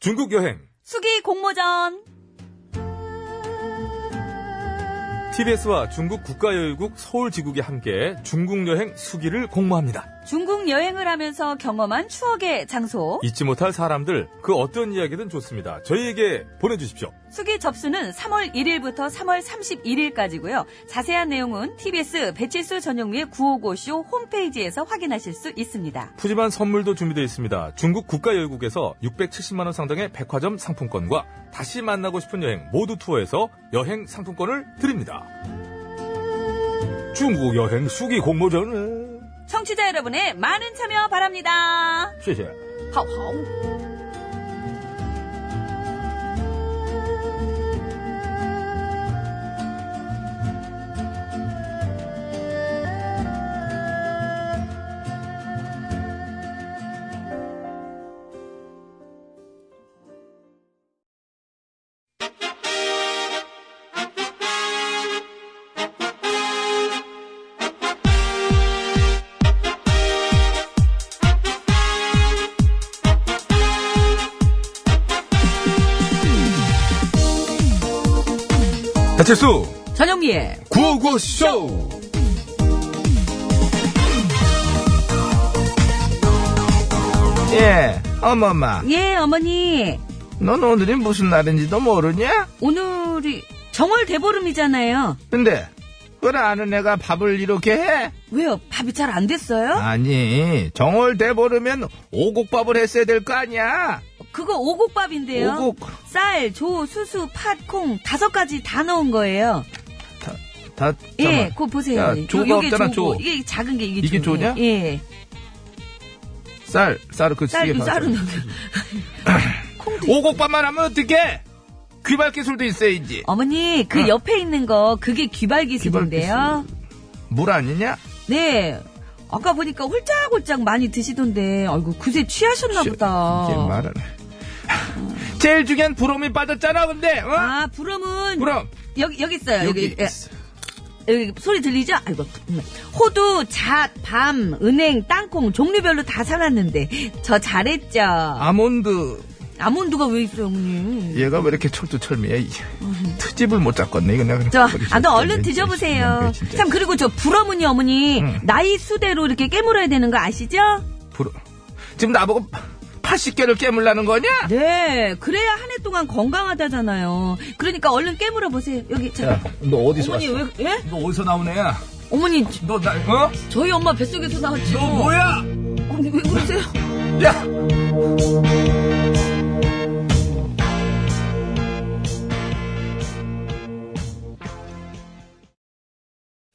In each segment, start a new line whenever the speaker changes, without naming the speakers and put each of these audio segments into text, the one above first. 중국 여행
수기 공모전.
TBS와 중국 국가여유국 서울지국이 함께 중국 여행 수기를 공모합니다.
중국 여행을 하면서 경험한 추억의 장소.
잊지 못할 사람들 그 어떤 이야기든 좋습니다. 저희에게 보내주십시오.
수기 접수는 3월 1일부터 3월 31일까지고요. 자세한 내용은 TBS 배칠수 전용미의 955쇼 홈페이지에서 확인하실 수 있습니다.
푸짐한 선물도 준비되어 있습니다. 중국 국가여유국에서 670만원 상당의 백화점 상품권과 다시 만나고 싶은 여행 모두 투어에서 여행 상품권을 드립니다. 중국 여행 수기 공모전을
청취자 여러분의 많은 참여 바랍니다.
谢谢.
하우
배칠수
전용미의
955쇼! 예, 어머마.
예 어머니
넌 오늘이 무슨 날인지도 모르냐?
오늘이 정월 대보름이잖아요.
근데, 그걸 아는 애가 밥을 이렇게 해?
왜요? 밥이 잘 안 됐어요?
아니, 정월 대보르면 오곡밥을 했어야 될 거 아니야?
그거 오곡밥인데요.
오곡.
쌀, 조, 수수, 팥, 콩 다섯 가지 다 넣은 거예요.
다,
예,
잠깐만.
그거 보세요.
야,
요-
조가
요게
없잖아,
조고.
조.
이게 작은 게 이게,
이게 조냐?
조예요. 예.
쌀, 쌀을 그
쌀,
쓰게
쌀,
봐서.
쌀은 콩도 있-
오곡밥만 하면 어떡해? 귀발 기술도 있어야지.
어머니 그
어.
옆에 있는 거 그게 귀발기술인데요.
물 아니냐?
네. 아까 보니까 홀짝홀짝 많이 드시던데, 아이고 그새 취하셨나 보다.
이게 말은. 제일 중요한 부러움이 빠졌잖아, 근데, 어?
아 부름은
부럼.
여기 여기 있어요.
여기
여기, 예.
있어.
여기 소리 들리죠? 아이고 정말. 호두, 잣, 밤, 은행, 땅콩 종류별로 다 사놨는데 저 잘했죠.
아. 아몬드
아몬드가 왜 있어요, 어머니?
얘가 왜 이렇게 철두철미해 이. 트집을 못 잡겠네 이거 내가
저,
버리지.
아, 너 얼른
진짜,
드셔보세요.
진짜.
참, 그리고 저 불어문이 어머니,
응.
나이 수대로 이렇게 깨물어야 되는 거 아시죠?
부러... 지금 나보고 80개를 깨물라는 거냐?
네, 그래야 한 해 동안 건강하다잖아요. 그러니까 얼른 깨물어보세요. 여기, 자.
너 어디서
어머니, 왜, 예?
너 어디서 나온 애야?
어머니,
너 나, 어?
저희 엄마 뱃속에서 나왔지.
너 뭐야?
어머니, 왜 그러세요?
야!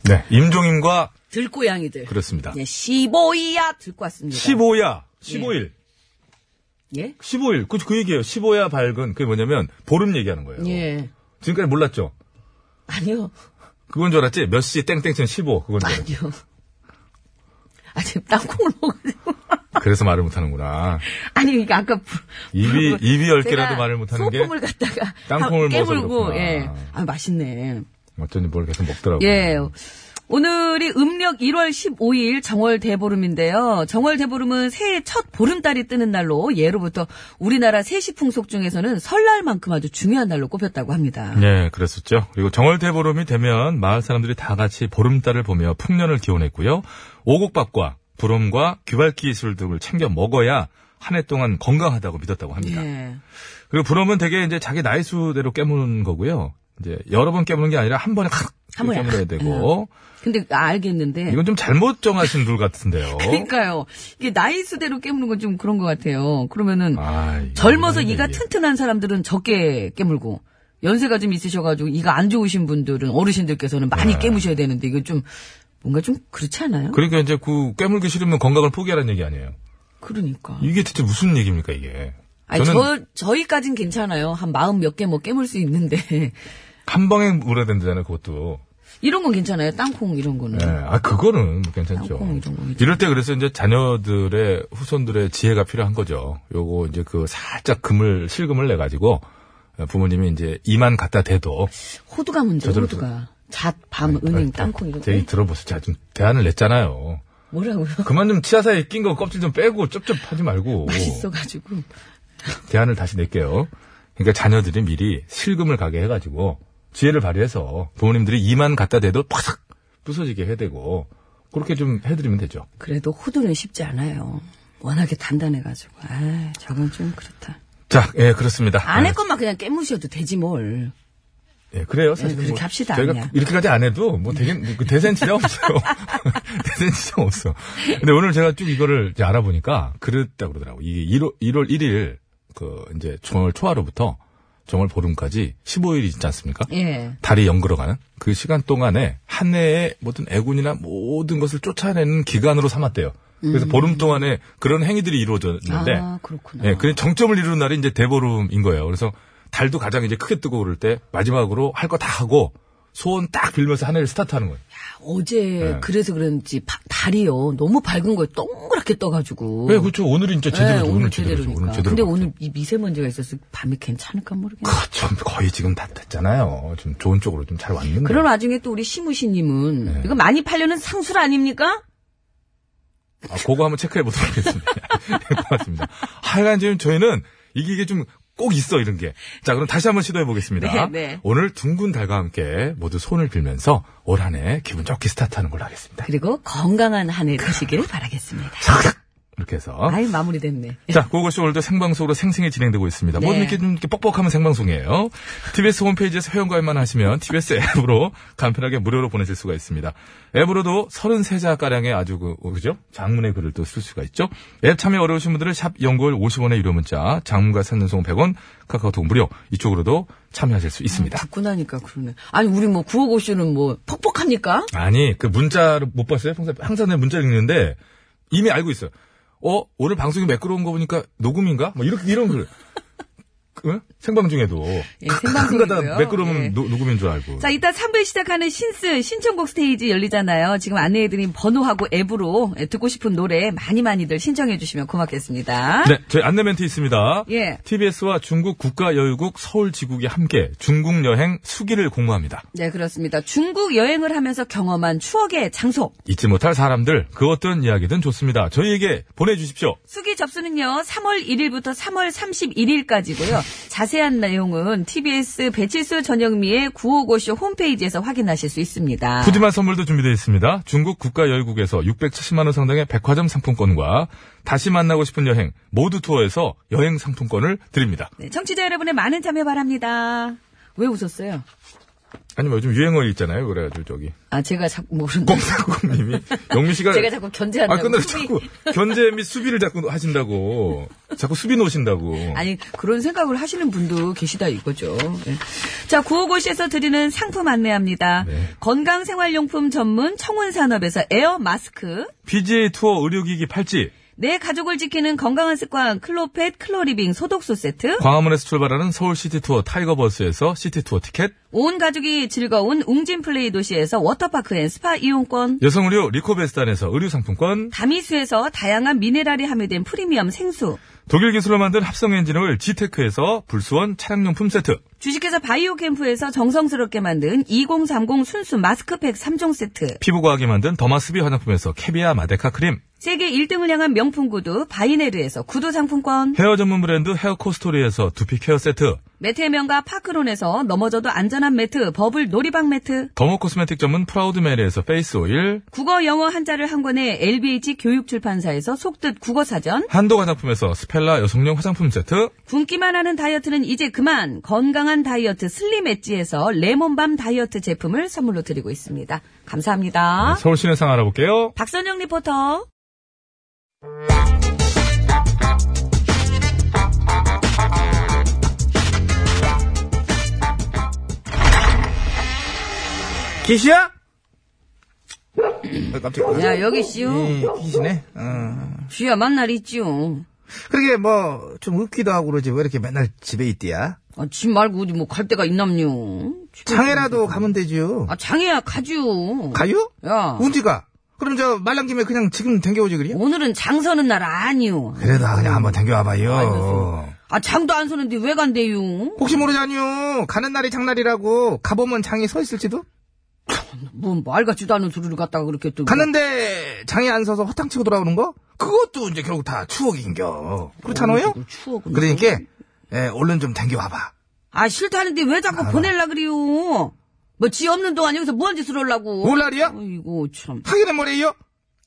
네, 임종임과
들고양이들.
그렇습니다.
예, 시보이야 들고 왔습니다. 네.
15야, 15일,
예?
15일, 그, 그 얘기예요. 15야 밝은, 그게 뭐냐면, 보름 얘기하는 거예요.
예.
지금까지 몰랐죠?
아니요.
그건 줄 알았지? 몇 시 땡땡천 15, 그건 줄 알았지?
아니요. 아, 지금 땅콩을 먹어가지고.
그래서 말을 못하는구나.
아니, 그러니까 아까. 불-
입이,
불어문-
입이 열 개라도
제가
말을 못하는 게
소금을 갖다가
땅콩을
깨
먹어서
물고
그렇구나.
예. 아 맛있네.
어쩐지 뭘 계속 먹더라고요.
예. 오늘이 음력 1월 15일 정월 대보름인데요. 정월 대보름은 새해 첫 보름달이 뜨는 날로 예로부터 우리나라 세시 풍속 중에서는 설날만큼 아주 중요한 날로 꼽혔다고 합니다.
예, 그랬었죠. 그리고 정월대보름이 되면 마을 사람들이 다 같이 보름달을 보며 풍년을 기원했고요. 오곡밥과 부럼과 귀발기술 등을 챙겨 먹어야 한 해 동안 건강하다고 믿었다고 합니다.
예.
그리고 부럼은 되게 이제 자기 나이 수대로 깨무는 거고요. 이제 여러 번 깨무는 게 아니라 한 번에 칵
한 번에
깨물어야
칵.
되고
근데 아, 알겠는데.
이건 좀 잘못 정하신 룰 같은데요.
그러니까요. 이게 나이 수대로 깨무는 건 좀 그런 것 같아요. 그러면은
아, 이거
젊어서
이게
이가
이게.
튼튼한 사람들은 적게 깨물고 연세가 좀 있으셔가지고 이가 안 좋으신 분들은 어르신들께서는 많이 깨무셔야 되는데 이거 좀 뭔가 좀 그렇지 않아요?
네. 그러니까 이제 그 깨물기 싫으면 건강을 포기하라는 얘기 아니에요.
그, 러니까
이게 대체 무슨 얘기입니까 이게?
아니
저는
저 저희까진 괜찮아요. 한 마음 몇 개 뭐 깨물 수 있는데
한 방에 물어야 된다잖아요 그것도.
이런 건 괜찮아요. 땅콩 이런 거는
예, 아, 그거는 괜찮죠.
땅콩 이런 거 괜찮죠.
이럴 때 그래서 이제 자녀들의, 후손들의 지혜가 필요한 거죠. 요거 이제 그 살짝 금을, 실금을 내가지고 부모님이 이제 이만 갖다 대도
호두가 문제.
저절로
호두가 잣, 밤, 은행, 땅콩 이런 거
저희 들어보세요. 제가 좀 대안을 냈잖아요.
뭐라고요?
그만 좀 치아 사이에 낀 거 껍질 좀 빼고 쩝쩝 하지 말고.
맛있어가지고
대안을 다시 낼게요. 그러니까 자녀들이 미리 실금을 가게 해가지고 지혜를 발휘해서 부모님들이 이만 갖다 대도 팍 부서지게 해야 되고 그렇게 좀 해드리면 되죠.
그래도 호두는 쉽지 않아요. 워낙에 단단해가지고. 아, 저건 좀 그렇다.
자, 예, 그렇습니다.
안의 것만 그냥 깨무셔도 되지 뭘.
예, 그래요. 사실
네, 그렇게 합시다,
저희가
그냥.
이렇게까지 안 해도 뭐 되게 그 대세는 지장 없어요. 대세는 지장 없어. 근데 오늘 제가 쭉 이거를 이제 알아보니까 그랬다 그러더라고. 이게 1월, 1월 1일 그 이제 정월 초하루부터 정월 보름까지 15일이 있지 않습니까?
예.
달이 연그러가는 그 시간 동안에 한 해의 모든 애군이나 모든 것을 쫓아내는 기간으로 삼았대요. 그래서 보름 동안에 그런 행위들이 이루어졌는데
음. 아, 그렇구나.
예, 그 정점을 이루는 날이 이제 대보름인 거예요. 그래서 달도 가장 이제 크게 뜨고 오를 때 마지막으로 할 거 다 하고 소원 딱 빌면서 한 해를 스타트하는 거예요.
어제
네.
그래서 그런지 바- 달이요. 너무 밝은 거에 동그랗게 떠가지고.
네, 그렇죠. 오늘이 이제 제대로 죠 오늘 제대로 죠 오늘 제대로.
근데
봤죠.
오늘 이 미세먼지가 있어서 밤에 괜찮을까 모르겠네.
그, 좀 거의 지금 다 됐잖아요. 좀 좋은 쪽으로 좀 잘 왔는데.
그런 와중에 또 우리 시무시님은
네.
이거 많이 팔려는 상술 아닙니까?
아, 그거 한번 체크해 보도록 하겠습니다. 네, 고맙습니다. 하여간 지금 저희는 이게, 이게 좀 꼭 있어, 이런 게. 자, 그럼 다시 한번 시도해 보겠습니다.
네, 네.
오늘 둥근 달과 함께 모두 손을 빌면서 올 한 해 기분 좋게 스타트하는 걸로 하겠습니다.
그리고 건강한 한 해 되시길 바라겠습니다.
이렇게 해서.
아유 마무리됐네.
자, 고고쇼 오늘도 생방송으로 생생히 진행되고 있습니다. 뭐
네.
이렇게 좀 이렇게 뻑뻑하면 생방송이에요. TBS 홈페이지에서 회원가입만 하시면 TBS 앱으로 간편하게 무료로 보내실 수가 있습니다. 앱으로도 33자가량의 아주 그, 어, 그죠? 장문의 글을 또 쓸 수가 있죠. 앱 참여 어려우신 분들은 샵 연골 50원의 유료 문자, 장문과 산전송 100원, 카카오톡 무료, 이쪽으로도 참여하실 수 있습니다.
듣고 나니까 그러네. 아니 우리 뭐 구호고쇼는 뭐 퍽퍽합니까?
아니, 그 문자를 못 봤어요? 평소에 항상 내 문자 읽는데 이미 알고 있어요. 어, 오늘 방송이 매끄러운 거 보니까 녹음인가? 뭐 이렇게 이런 글. 응? 생방 중에도
예,
가다
생방송이고요.
매끄러우면
예.
노- 녹음인 줄 알고.
자, 이따 3부에 시작하는 신스 신청곡 스테이지 열리잖아요. 지금 안내해드린 번호하고 앱으로 예, 듣고 싶은 노래 많이 많이들 신청해주시면 고맙겠습니다.
네, 저희 안내 멘트 있습니다.
예.
TBS와 중국 국가여유국 서울지국이 함께 중국 여행 수기를 공모합니다.
네, 그렇습니다. 중국 여행을 하면서 경험한 추억의 장소.
잊지 못할 사람들, 그 어떤 이야기든 좋습니다. 저희에게 보내주십시오.
수기 접수는요, 3월 1일부터 3월 31일까지고요. 자세한 내용은 TBS 배칠수 전영미의 955쇼 홈페이지에서 확인하실 수
아.
있습니다.
푸짐한 선물도 준비되어 있습니다. 중국 국가여유국에서 670만원 상당의 백화점 상품권과 다시 만나고 싶은 여행 모두 투어에서 여행 상품권을 드립니다.
네, 청취자 여러분의 많은 참여 바랍니다. 왜 웃었어요?
아니면 뭐 요즘 유행어 있잖아요. 그래가지고 저기.
아 제가 자꾸 모르는.
꽁사꽁님이 영미 씨가.
제가 자꾸 견제한다고.
아, 근데
수비-
자꾸 견제 및 수비를 자꾸 하신다고. 자꾸 수비 놓으신다고.
아니 그런 생각을 하시는 분도 계시다 이거죠. 예.
자, 955쇼에서 드리는 상품 안내합니다.
네.
건강생활용품 전문 청운산업에서 에어 마스크.
PGA 투어 의료기기 팔찌.
내 가족을 지키는 건강한 습관 클로펫 클로리빙 소독소 세트.
광화문에서 출발하는 서울시티 투어 타이거버스에서 시티 투어 티켓.
온 가족이 즐거운 웅진 플레이 도시에서 워터파크 앤 스파 이용권.
여성 의료 리코베스단에서 의류 상품권.
다미수에서 다양한 미네랄이 함유된 프리미엄 생수.
독일 기술로 만든 합성 엔진 오일 지테크에서 불수원 차량용품 세트.
주식회사 바이오캠프에서 정성스럽게 만든 2030 순수 마스크팩 3종 세트.
피부과학이 만든 더마스비 화장품에서 캐비아 마데카 크림,
세계 1등을 향한 명품 구두 바이네르에서 구두 상품권.
헤어 전문 브랜드 헤어코스토리에서 두피 케어 세트,
매트의 명가 파크론에서 넘어져도 안전한 매트 버블 놀이방 매트.
더모 코스메틱 전문 프라우드메리에서 페이스 오일,
국어 영어 한자를 한 권에 LBH 교육출판사에서 속뜻 국어사전.
한도 화장품에서 스펠라 여성용 화장품 세트,
굶기만 하는 다이어트는 이제 그만 건강한 다이어트 슬림 엣지에서 레몬밤 다이어트 제품을 선물로 드리고 있습니다. 감사합니다.
서울 시내상 알아볼게요.
박선영 리포터.
기시야? 깜짝이야.
야 여기 씨요.
기시네. 어.
쥐야 만날 있지요.
그러게 뭐 좀 웃기도 하고 그러지 왜 이렇게 맨날 집에 있디야?
아, 집 말고 어디 뭐 갈 데가 있남요. 집에
장애라도 가면 되지요.
아 장애야 가지요.
가요?
야
운지가. 그럼 저 말랑 김에 그냥 지금 댕겨오지 그래요?
오늘은 장 서는 날 아니요.
그래도 그냥 한번 댕겨와봐요.
알겠습니다. 아 장도 안 서는데 왜 간대요? 네.
혹시 모르잖요. 가는 날이 장날이라고 가보면 장이 서 있을지도.
뭐말 같지도 않은 소리를 갖다가 그렇게 또뭐
갔는데 장에 안 서서 허탕 치고 돌아오는 거? 그것도 이제 결국 다 추억인겨. 그렇잖아요?
어, 추억은
그러니까 예, 얼른 좀 댕겨와봐.
아 싫다는데 왜 자꾸 보낼라 그래요? 뭐 지 없는 동안 여기서 뭔 짓을 하려고?
올 날이야?
아이고 참.
하기는 뭐래요?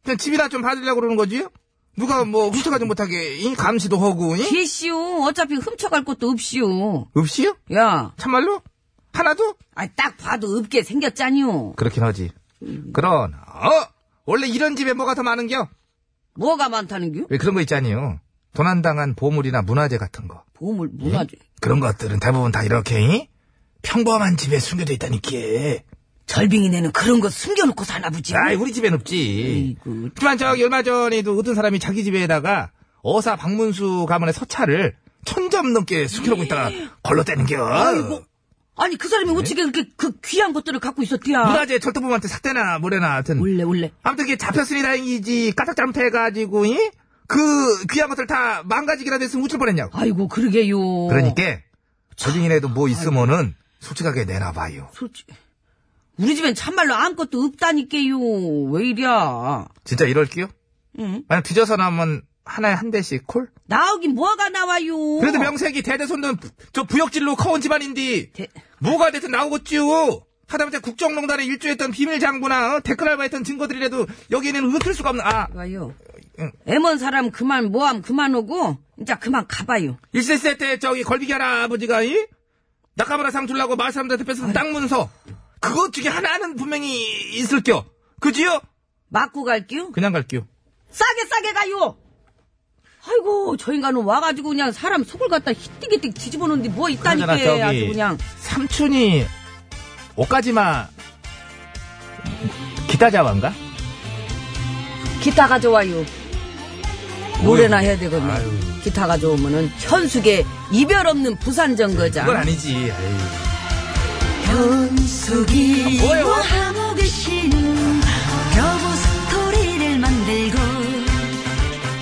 그냥 집이나 좀 봐주려고 그러는 거지요? 누가 뭐 훔쳐가지 못하게 이 감시도 하고 이?
개시오. 어차피 훔쳐갈 것도 없시오.
없이요?
야,
참말로? 하나도?
아 딱 봐도 없게 생겼잖요.
그렇긴 하지. 그런 어 원래 이런 집에 뭐가 더 많은겨?
뭐가 많다는겨?
왜 그런 거 있잖니요. 도난당한 보물이나 문화재 같은 거.
보물 문화재.
그런 것들은 대부분 다 이렇게 이? 평범한 집에 숨겨져 있다니까.
절빙이네는 그런 거 숨겨놓고 사나 보지.
아이 우리 집엔 없지.
아이고.
하지만 저기 얼마 전에도 어떤 사람이 자기 집에다가 어사 박문수 가문의 서차를 천 점 넘게 숨겨놓고 있다가 걸로 떼는겨.
아이고. 아니 그
네?
사람이 어떻게 그렇게 그 귀한 것들을 갖고 있었디야?
문화재 절도범한테 삭대나 뭐래나 하여튼.
원래 원래.
아무튼 이게 잡혔으니 다행이지. 까딱 잘못해가지고 이? 그 귀한 것들 다 망가지기라도 했으면 우쭐 뻔했냐고.
아이고 그러게요.
그러니까 저중이라도 뭐 있으면은 솔직하게 내놔봐요.
솔직히 우리 집엔 참말로 아무것도 없다니까요. 왜 이랴?
진짜 이럴게요.
응?
만약 뒤져서 나면 하나에 한 대씩 콜?
나오긴 뭐가 나와요?
그래도 명색이 대대손는 부- 저 부역질로 커온 집안인데
대-
뭐가 됐든 나오겠지요. 하다못해 국정농단에 일조했던 비밀장부나 어? 댓글 알바했던 증거들이라도 여기에는 흩을 수가 없는 아
봐요.
응.
애먼 사람 그만 모함 그만 오고 이제 그만 가봐요.
일세세 때 저기 걸비기 할아버지가 이 낙하마라 상 주려고 마을 사람들한테 뺏은 땅 문서 그것 중에 하나는 분명히 있을겨 그지요?
맞고 갈게요.
그냥 갈게요.
싸게 싸게 가요. 아이고 저 인간은 와가지고 그냥 사람 속을 갖다 히띠기띠 뒤집어 놓는데 뭐 있다니까
그러잖아, 저기.
아주 그냥
삼촌이 옷까지마 기타자완가?
기타 가져와요. 노래나 해야 되거든. 기타 가져오면은 현숙의 이별 없는 부산 정거장.
그건 아니지. 에이.
현숙이
아, 뭐예요?
뭐 하고 계시는 여보 스토리를 만들고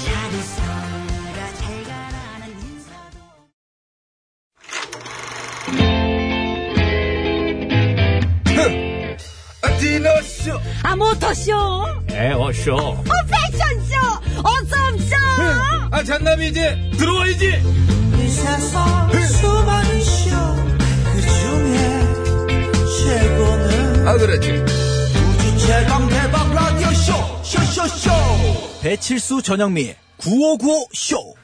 자리서가 잘 가라는 인사도
디너쇼
아 모터쇼
네, 에어쇼.
어,
그
패션쇼 어썸쇼
아 잔남이 이제 들어와야지
이 세상 수많은 쇼그 중에 최고는
아 그렇지
우주 최강 대박 라디오 쇼 쇼쇼쇼 배칠수 전영미 9595 쇼.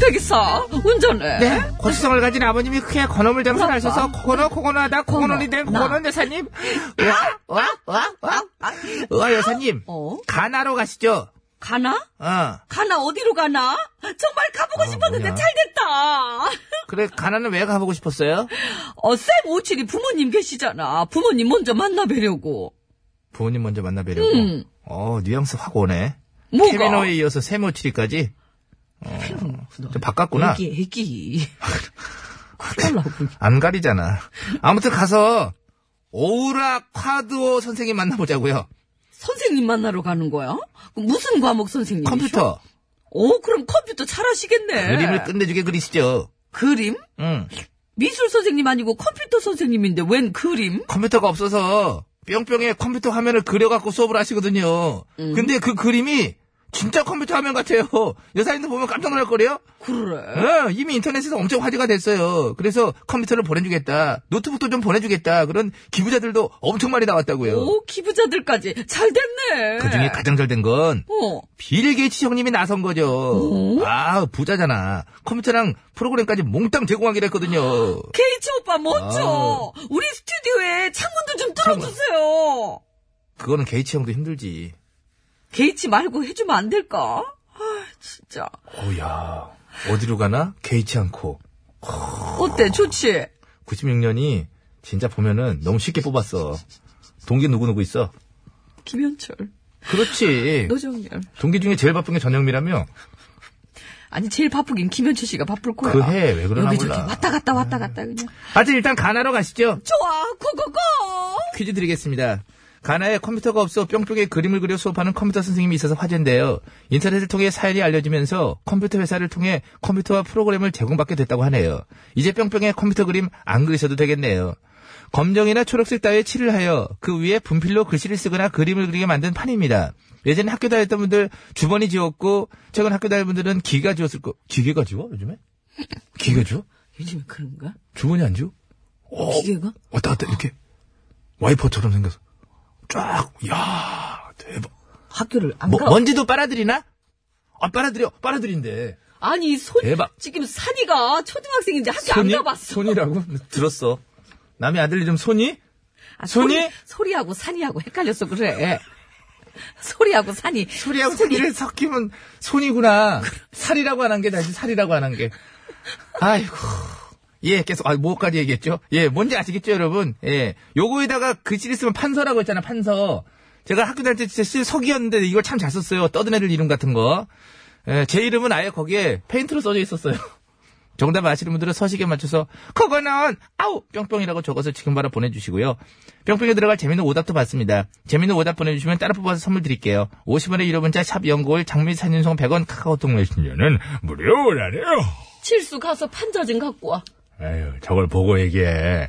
대기사 운전해.
네? 고수성을 가진 아버님이 크게 건어물 장사를 하셔서 코코넛 코코넛다 코코넛이 된 코코넛 여사님 와와와와 여사님
어?
가나로 가시죠
가나?
어
가나 어디로 가나? 정말 가보고 싶었는데
아, 뭐냐.
잘 됐다.
그래 가나는 왜 가보고 싶었어요?
어, 쌤 오칠이 부모님 계시잖아. 부모님 먼저 만나뵈려고.
부모님 먼저 만나뵈려고 어 뉘앙스 확 오네
음. 뭐가?
케미노에 이어서 세모치리까지 어, 좀 바꿨구나
음, 애기, 애기. 그러려고.
안 가리잖아. 아무튼 가서 오우라 콰드오 선생님 만나보자고요.
선생님 만나러 가는 거야? 그럼 무슨 과목 선생님?
컴퓨터
어, 그럼 컴퓨터 음, 잘하시겠네.
그림을 끝내주게 그리시죠.
그림?
응.
미술 선생님 아니고 컴퓨터 선생님인데 웬 그림?
컴퓨터가 없어서 뿅뿅에 컴퓨터 화면을 그려갖고 수업을 하시거든요.
음.
근데 그 그림이 진짜 컴퓨터 화면 같아요. 여사님도 보면 깜짝 놀랄 거래요.
그래.
어, 이미 인터넷에서 엄청 화제가 됐어요. 그래서 컴퓨터를 보내주겠다, 노트북도 좀 보내주겠다 그런 기부자들도 엄청 많이 나왔다고요.
오, 기부자들까지. 잘 됐네.
어. 그 중에 가장 잘 된 건
어.
빌 게이츠 형님이 나선 거죠.
음?
아, 부자잖아. 컴퓨터랑 프로그램까지 몽땅 제공하기로 했거든요.
게이츠 오빠 멋져. 우리 스튜디오에 창문도 좀 뚫어주세요.
그거는 게이츠 형도 힘들지.
게이츠 말고 해주면 안 될까? 아, 진짜.
오야, 어디로 가나? 게이츠 않고.
어때? 좋지?
96년이 진짜 보면은 너무 쉽게 뽑았어. 동기 누구누구 있어?
김현철,
그렇지.
노정열.
동기 중에 제일 바쁜 게 전영미라며?
아니, 제일 바쁘긴 김현철 씨가 바쁠 거야.
그 해, 왜 그러나
여기저기
몰라.
왔다 갔다 왔다 갔다 그냥.
하여튼 일단 가나로 가시죠.
좋아, 고고고!
퀴즈 드리겠습니다. 가나에 컴퓨터가 없어 뿅뿅에 그림을 그려 수업하는 컴퓨터 선생님이 있어서 화제인데요. 인터넷을 통해 사연이 알려지면서 컴퓨터 회사를 통해 컴퓨터와 프로그램을 제공받게 됐다고 하네요. 이제 뿅뿅에 컴퓨터 그림 안 그리셔도 되겠네요. 검정이나 초록색 따위에 칠을 하여 그 위에 분필로 글씨를 쓰거나 그림을 그리게 만든 판입니다. 예전에 학교 다녔던 분들 주번이 지웠고 최근 학교 다닐 분들은 기가 지웠을 거 기계가 지워 요즘에? 기가 지워?
요즘에 그런가?
주머니 안 지워? 어,
기계가?
왔다 갔다 이렇게 와이퍼처럼 생겨서 쫙, 야 대박.
학교를 안
뭐,
가.
먼지도 빨아들이나? 아 빨아들여, 빨아들인데.
아니, 손.
대박.
지금 산이가 초등학생인데 학교 안 가봤어.
손이라고 들었어. 남의 아들 이름 손이?
아,
손이?
소리, 하고 산이하고 헷갈렸어, 그래. 소리하고 산이.
소리하고 소리를 섞이면 손이구나. 살이라고 안 한 게 다시 살이라고 안 한 게. 아이고. 예, 계속, 아, 뭐까지 얘기했죠? 예, 뭔지 아시겠죠, 여러분? 예. 요거에다가 글씨를 쓰면 판서라고 했잖아, 판서. 제가 학교 다닐 때 진짜 실 속이었는데 이걸 참 잘 썼어요. 떠든 애들 이름 같은 거. 예, 제 이름은 아예 거기에 페인트로 써져 있었어요. 정답 아시는 분들은 서식에 맞춰서 그거는 아우 뿅뿅이라고 적어서 지금 바로 보내주시고요. 뿅뿅에 들어갈 재밌는 오답도 받습니다. 재밌는 오답 보내주시면 따로 뽑아서 선물 드릴게요. 50원의 유료 문자 샵 연골 장미 산윤송 100원 카카오톡 메신저는 무료라네요.
칠수 가서 판자 좀 갖고 와.
에휴, 저걸 보고 얘기해.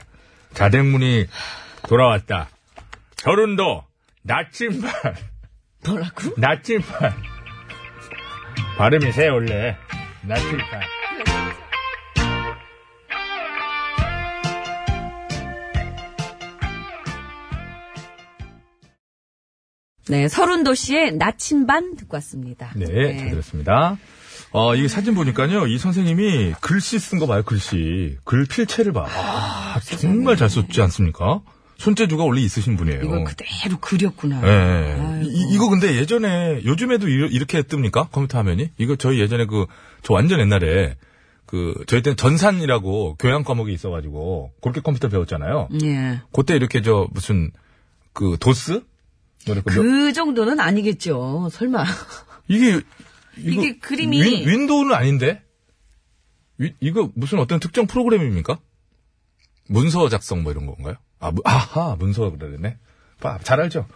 자댕문이 돌아왔다. 결혼도 나침반.
뭐라고?
나침반. 발음이 세, 원래. 나침반.
네, 서른도시의 나침반 듣고 왔습니다.
네, 잘 들었습니다. 어, 이 사진 보니까요, 이 선생님이 글씨 쓴 거 봐요, 글씨. 글 필체를 봐. 아, 정말 잘 썼지 않습니까? 손재주가 원래 있으신 분이에요.
이걸 그대로 그렸구나.
예, 예.
아이고.
이, 이거 근데 예전에, 요즘에도 이, 렇게 뜹니까? 컴퓨터 화면이? 이거 저희 예전에 그, 저 완전 옛날에, 그, 저희 때는 전산이라고 교양 과목이 있어가지고, 그렇게 컴퓨터 배웠잖아요.
예.
그때 이렇게 저, 무슨, 그, 도스? 뭐 이렇게 몇-
그 정도는 아니겠죠. 설마.
이게 이거
이게 그림이-
윈, 윈도우는 아닌데 위- 이거 무슨 어떤 특정 프로그램입니까? 문서 작성 뭐 이런 건가요? 아, 무- 아하 문서 그러네. 봐, 잘 알죠.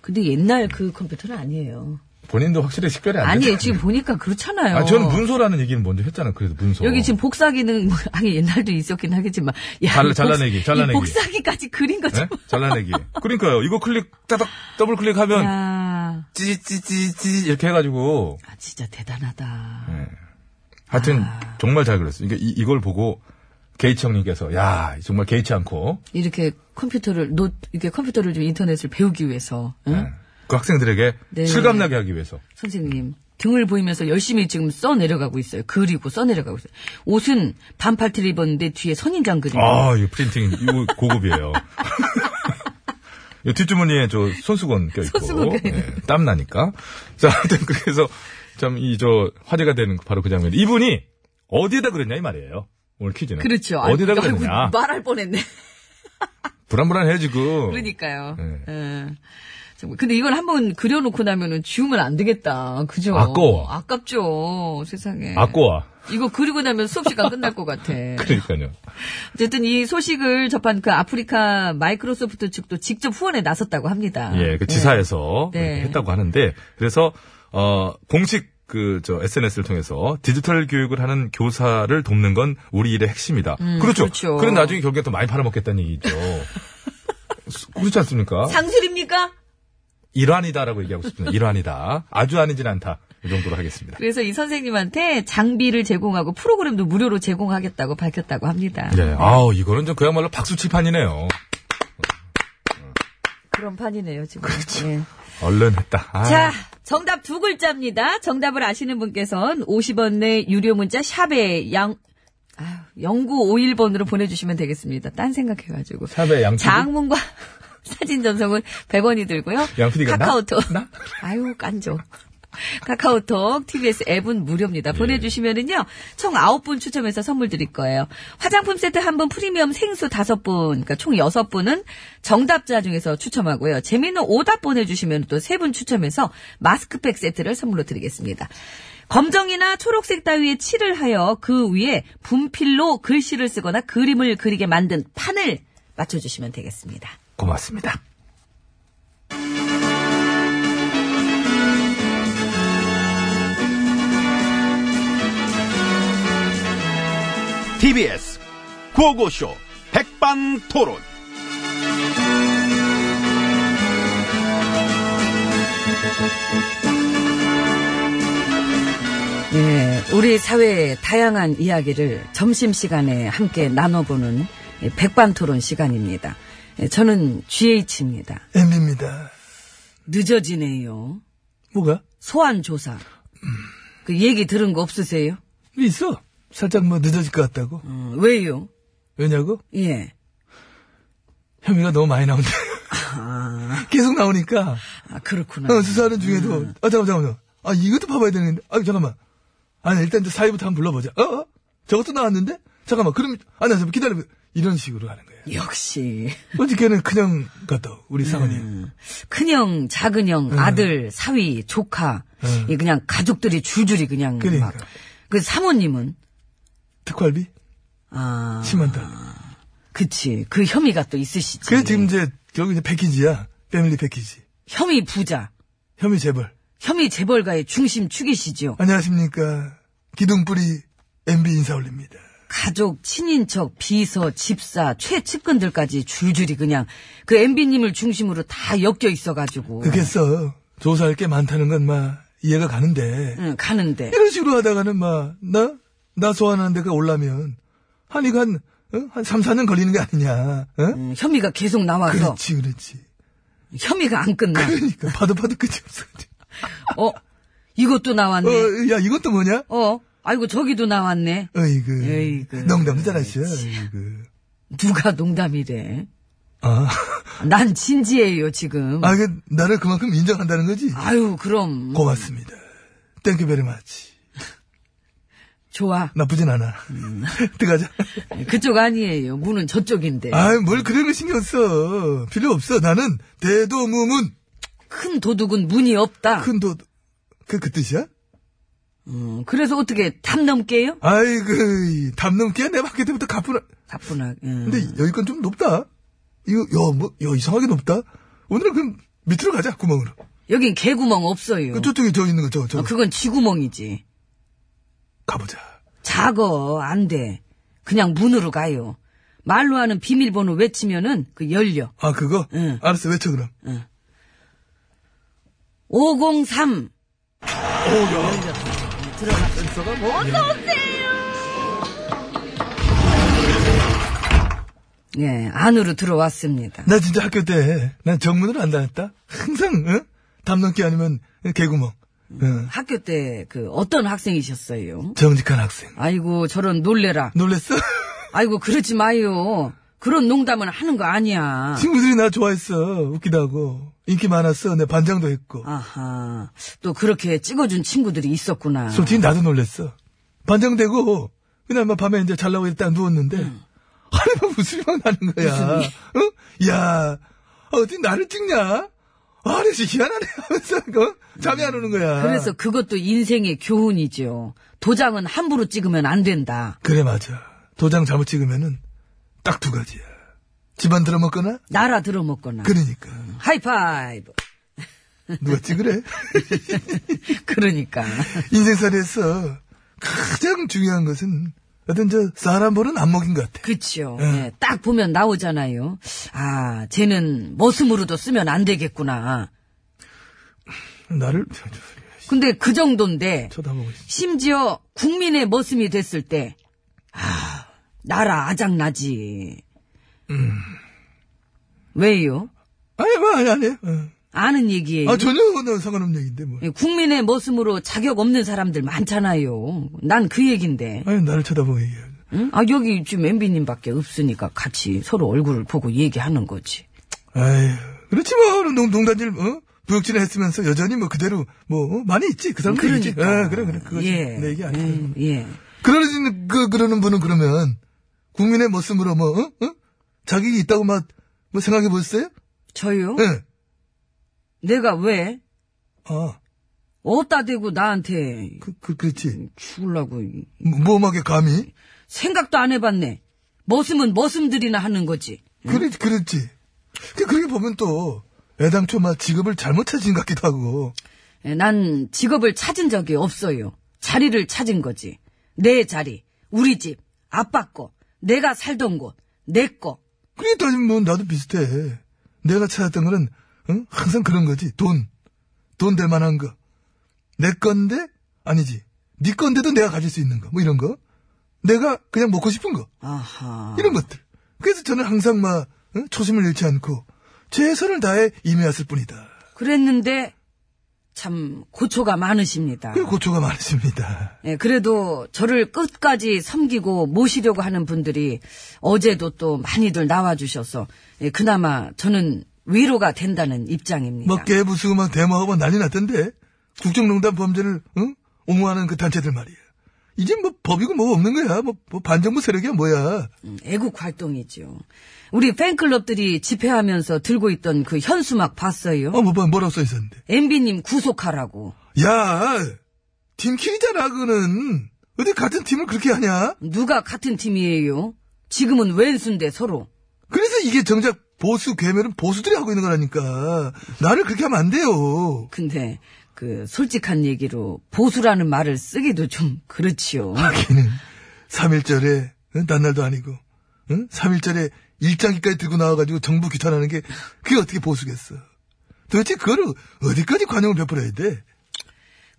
근데 옛날 그 컴퓨터는 아니에요.
본인도 확실히 식별이 안
아니, 어.
되죠.
지금 보니까 그렇잖아요.
아, 저는 문서라는 얘기는 먼저 했잖아. 그래도 문서.
여기 지금 복사 기능, 뭐, 아니, 옛날도 있었긴 하겠지만. 야,
잘라-
이
잘라내기,
복사-
잘라내기.
이 복사기까지 그린 거죠.
네? 잘라내기. 그러니까요. 이거 클릭 따닥 더블 클릭하면
야,
찌찌찌찌 이렇게 해가지고
아, 진짜 대단하다.
네. 하여튼
아.
정말 잘 그렸어. 이게 이, 이걸 보고 게이츠 형님께서 야 정말 개의치 않고
이렇게 컴퓨터를, 노, 이렇게 컴퓨터를 좀 인터넷을 배우기 위해서. 응?
네. 그 학생들에게
네.
실감나게 하기 위해서.
선생님 등을 보이면서 열심히 지금 써 내려가고 있어요. 그리고 써 내려가고 있어요. 옷은 반팔티를 입었는데 뒤에 선인장 그림.
아, 이 프린팅, 이거 고급이에요. 이 뒷주머니에 저 손수건 껴있고.
손수건 껴있고.
예, 땀나니까. 자, 하여튼 그래서 참 이 저 화제가 되는 바로 그 장면. 이분이 어디에다 그랬냐 이 말이에요. 오늘 퀴즈는.
그렇죠.
어디에다
아이고,
그랬냐.
아이고, 말할 뻔했네.
불안불안해 지금.
그러니까요.
네.
예. 정말. 근데 이걸 한번 그려놓고 나면은 지우면 안 되겠다. 그죠?
아까워.
깝죠 세상에.
아꼬아.
이거 그리고 나면 수업 시간 끝날 것 같아.
그러니까요.
어쨌든 이 소식을 접한 그 아프리카 마이크로소프트 측도 직접 후원에 나섰다고 합니다.
예, 그 지사에서
네.
그렇게 했다고 하는데 그래서 어 공식 그 저 SNS를 통해서 디지털 교육을 하는 교사를 돕는 건 우리 일의 핵심이다. 그렇죠.
그렇죠.
그럼 나중에 결국에 또 많이 팔아먹겠다는 얘기죠. 수- 그렇지 않습니까?
상술입니까?
일환이다라고 얘기하고 싶습니다. 일환이다. 아주 아니진 않다. 이 정도로 하겠습니다.
그래서 이 선생님한테 장비를 제공하고 프로그램도 무료로 제공하겠다고 밝혔다고 합니다.
네. 아우 이거는 좀 그야말로 박수칠판이네요.
그런 판이네요, 지금. 예.
얼른 했다. 그렇죠. 아.
자, 정답 두 글자입니다. 정답을 아시는 분께서는 50원 내 유료 문자 샵에 양, 아유, 0951번으로 보내주시면 되겠습니다. 딴 생각해가지고.
샵에 양피디?
장문과 사진 전송은 100원이 들고요.
양피디가 나?
카카오톡.
나?
아유, 깐죠. 카카오톡, TBS 앱은
예.
무료입니다. 보내주시면은요, 총 9분 추첨해서 선물 드릴 거예요. 화장품 세트 1분, 프리미엄 생수 5분, 그러니까 총 6분은 정답자 중에서 추첨하고요. 재미있는 오답 보내주시면 또 3분 추첨해서 마스크팩 세트를 선물로 드리겠습니다. 검정이나 초록색 따위에 칠을 하여 그 위에 분필로 글씨를 쓰거나 그림을 그리게 만든 판을 맞춰주시면 되겠습니다.
고맙습니다.
TBS 구호고쇼 백반토론.
네, 우리 사회의 다양한 이야기를 점심시간에 함께 나눠보는 백반토론 시간입니다. 예, 저는 GH입니다.
M입니다.
늦어지네요.
뭐가?
소환조사. 그 얘기 들은 거 없으세요?
있어. 살짝 뭐 늦어질 것 같다고.
어, 왜요?
왜냐고?
예.
혐의가 너무 많이 나온다. 계속 나오니까.
아, 그렇구나.
어, 수사하는 중에도. 아, 잠깐만, 잠깐만. 아, 이것도 봐봐야 되는데. 아, 잠깐만. 아니, 일단 이제 사위부터 한번 불러보자. 어? 어? 저것도 나왔는데? 잠깐만, 그럼, 아니, 잠깐 기다려. 이런 식으로 하는 거예요.
역시.
어저께는 그냥 갔다. 오고,
네.
우리 사원이.
큰형,
음.
작은형, 아들, 사위, 조카. 이 그냥 가족들이 줄줄이 그냥 막.
그러니까.
그 사모님은?
특활비?
아.
10만 달.
그치. 그 혐의가 또 있으시지.
그게 지금 이제, 결국 이제 패키지야. 패밀리 패키지.
혐의 부자.
혐의 재벌.
혐의 재벌가의 중심 축이시죠.
안녕하십니까. 기둥뿌리 MB 인사 올립니다.
네. 가족, 친인척, 비서, 집사, 최측근들까지 줄줄이 그냥 그 MB님을 중심으로 다 엮여 있어가지고.
그렇게 써. 조사할 게 많다는 건, 막, 이해가 가는데.
응, 가는데.
이런 식으로 하다가는 막, 나, 나 소환하는 데가 올라면, 한, 이거 한, 어? 한 3, 4년 걸리는 게 아니냐, 어?
응, 혐의가 계속 나와서
그렇지, 그렇지.
혐의가 안 끝나.
그러니까, 봐도 봐도 끝이 없어.
어, 이것도
어,
나왔네.
야, 이것도 뭐냐?
어, 아이고 저기도 나왔네.
어이구.
에이구. 네.
농담도 잘하셔, 어이구.
누가 농담이래.
아,
난 진지해요 지금.
아, 그, 나를 그만큼 인정한다는 거지?
음. 아유 그럼
고맙습니다. 땡큐 베리 마치.
좋아.
나쁘진 않아.
음.
들어가자.
그쪽 아니에요. 문은 저쪽인데.
아이, 뭘 그런 거 신경 써. 필요 없어. 나는, 대도무문.
큰 도둑은 문이 없다.
큰 도, 그, 그 뜻이야?
음, 그래서 어떻게 탐 넘게요?
아이고, 담 넘기야 내 밖에 때부터 가뿐하.
바쁘나. 음.
근데 여기 건 좀 높다. 이거, 야, 뭐, 야, 이상하게 높다. 오늘은 그럼 밑으로 가자, 구멍으로.
여긴 개구멍 없어요.
그 저쪽에 저 있는 거, 저, 저.
어, 그건 쥐구멍이지.
가보자.
작어 안 돼. 그냥 문으로 가요. 말로 하는 비밀번호 외치면은 그 열려.
아, 그거?
응.
알았어, 외쳐, 그럼.
503. 오, 야. 들어가. 어서 오세요. 예, 안으로 들어왔습니다.
나 진짜 학교 때, 난 정문으로 안 다녔다. 항상, 응? 담 넘기 아니면 개구멍. 응.
학교 때 그 어떤 학생이셨어요?
정직한 학생.
아이고 저런 놀래라.
놀랬어?
아이고 그러지 마요. 그런 농담은 하는 거 아니야.
친구들이 나 좋아했어. 웃기다고. 인기 많았어. 내 반장도 했고.
아하. 또 그렇게 찍어준 친구들이 있었구나.
솔직히 나도 놀랬어. 반장되고, 그날 막 밤에 이제 잘라고 딱 누웠는데, 하루 막 웃음이 막 나는 거야. 어? 야, 어디 나를 찍냐? 아니, 씨, 희한하네 하면서, 어? 잠이 안 오는 거야.
그래서 그것도 인생의 교훈이죠. 도장은 함부로 찍으면 안 된다.
그래, 맞아. 도장 잘못 찍으면은, 딱 두 가지야. 집안 들어먹거나?
나라 들어먹거나.
그러니까.
하이파이브.
누가 찍으래?
그러니까.
인생살이에서 가장 중요한 것은, 어떤 저, 사람 버릇 안 먹인 것 같아.
그쵸.
응.
예, 딱 보면 나오잖아요. 아, 쟤는 머슴으로도 쓰면 안 되겠구나.
나를,
근데 그 정도인데,
쳐다보고 있어.
심지어 국민의 머슴이 됐을 때, 아, 나라 아장나지.
음.
왜요?
아니, 뭐, 아니, 아니. 어.
아는 얘기예요.
아, 전혀 나 상관없는 얘기인데, 뭐.
예, 국민의 머슴으로 자격 없는 사람들 많잖아요. 난 그 얘긴데.
아니, 나를 쳐다보고 얘기해.
응? 아, 여기 지금 엠비님밖에 없으니까 같이 서로 얼굴을 보고 얘기하는 거지.
아유, 그렇지 뭐, 농, 농단질, 어? 부역질을 했으면서 여전히 뭐 그대로, 뭐, 어? 많이 있지. 그 사람들 있지. 아, 그래, 그래. 그거지.
예.
내 얘기 아니야.
음, 예.
그러는, 그, 그러는 분은 그러면, 국민의 머슴으로 뭐, 어? 어? 자격이 있다고 막, 뭐 생각해 보셨어요?
저요?
예.
내가 왜?
아,
어따 대고 나한테
그, 그, 그렇지. 뭐,
죽으려고 이-
모험하게 감히?
생각도 안 해봤네. 머슴은 머슴들이나 하는 거지.
그렇지, 그렇지. 그- 그렇게 보면 또 애당초 막 직업을 잘못 찾은 것 같기도 하고.
예, 난 직업을 찾은 적이 없어요. 자리를 찾은 거지. 내 자리, 우리 집, 아빠 거, 내가 살던 곳, 내 거.
그게 따지면 뭐 나도 비슷해. 내가 찾았던 거는 응? 항상 그런 거지. 돈. 돈 될 만한 거. 내 건데 아니지. 네 건데도 내가 가질 수 있는 거. 뭐 이런 거. 내가 그냥 먹고 싶은 거.
아하.
이런 것들. 그래서 저는 항상 막 응? 초심을 잃지 않고 최선을 다해 임해왔을 뿐이다.
그랬는데 참 고초가 많으십니다.
그 고초가 많으십니다.
예, 그래도 저를 끝까지 섬기고 모시려고 하는 분들이 어제도 또 많이들 나와주셔서 예, 그나마 저는 위로가 된다는 입장입니다.
막 개부수고 막 데모하고 난리 났던데 국정농단 범죄를 응? 옹호하는 그 단체들 말이야. 이제 뭐 법이고 뭐 없는 거야. 뭐, 뭐 반정부 세력이야 뭐야. 아,
음, 애국 활동이죠. 우리 팬클럽들이 집회하면서 들고 있던 그 현수막 봤어요.
어, 뭐, 뭐, 뭐라고 써 있었는데.
MB님 구속하라고.
야, 팀킬이잖아, 그거는. 어디 같은 팀을 그렇게 하냐?
누가 같은 팀이에요? 지금은 왼수인데 서로.
그래서 이게 정작 보수 괴멸은 보수들이 하고 있는 거라니까. 나를 그렇게 하면 안 돼요.
근데 그 솔직한 얘기로 보수라는 말을 쓰기도 좀 그렇지요.
걔는 3일절에, 난날도 아니고, 응? 3일절에 일장기까지 들고 나와가지고 정부 규탄하는 게, 그게 어떻게 보수겠어. 도대체 그거를 어디까지 관용을 베풀어야 돼?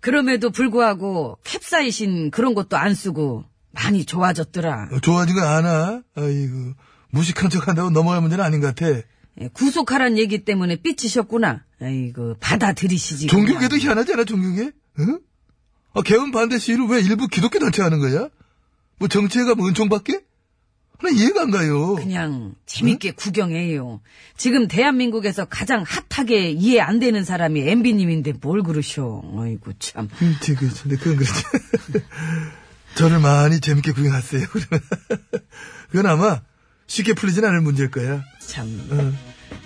그럼에도 불구하고 캡사이신 그런 것도 안 쓰고 많이 좋아졌더라.
어, 좋아진 거 아나? 아이고, 무식한 척 한다고 넘어갈 문제는 아닌 것 같아.
예, 구속하란 얘기 때문에 삐치셨구나. 아이고 그 받아들이시지.
종교계도
그냥.
희한하지 않아, 종교계? 응? 아, 개헌 반대 시위를 왜 일부 기독교 단체 하는 거야? 뭐 정치회가 뭐 은총밖에? 나 이해가 안 가요.
그냥 재밌게 구경해요. 지금 대한민국에서 가장 핫하게 이해 안 되는 사람이 MB님인데 뭘 그러셔. 아이고 참.
음, 지, 그, 근데 그건 그렇지. 저를 많이 재밌게 구경하세요, 그러면. 그건 아마 쉽게 풀리진 않을 문제일 거야.
참.
어.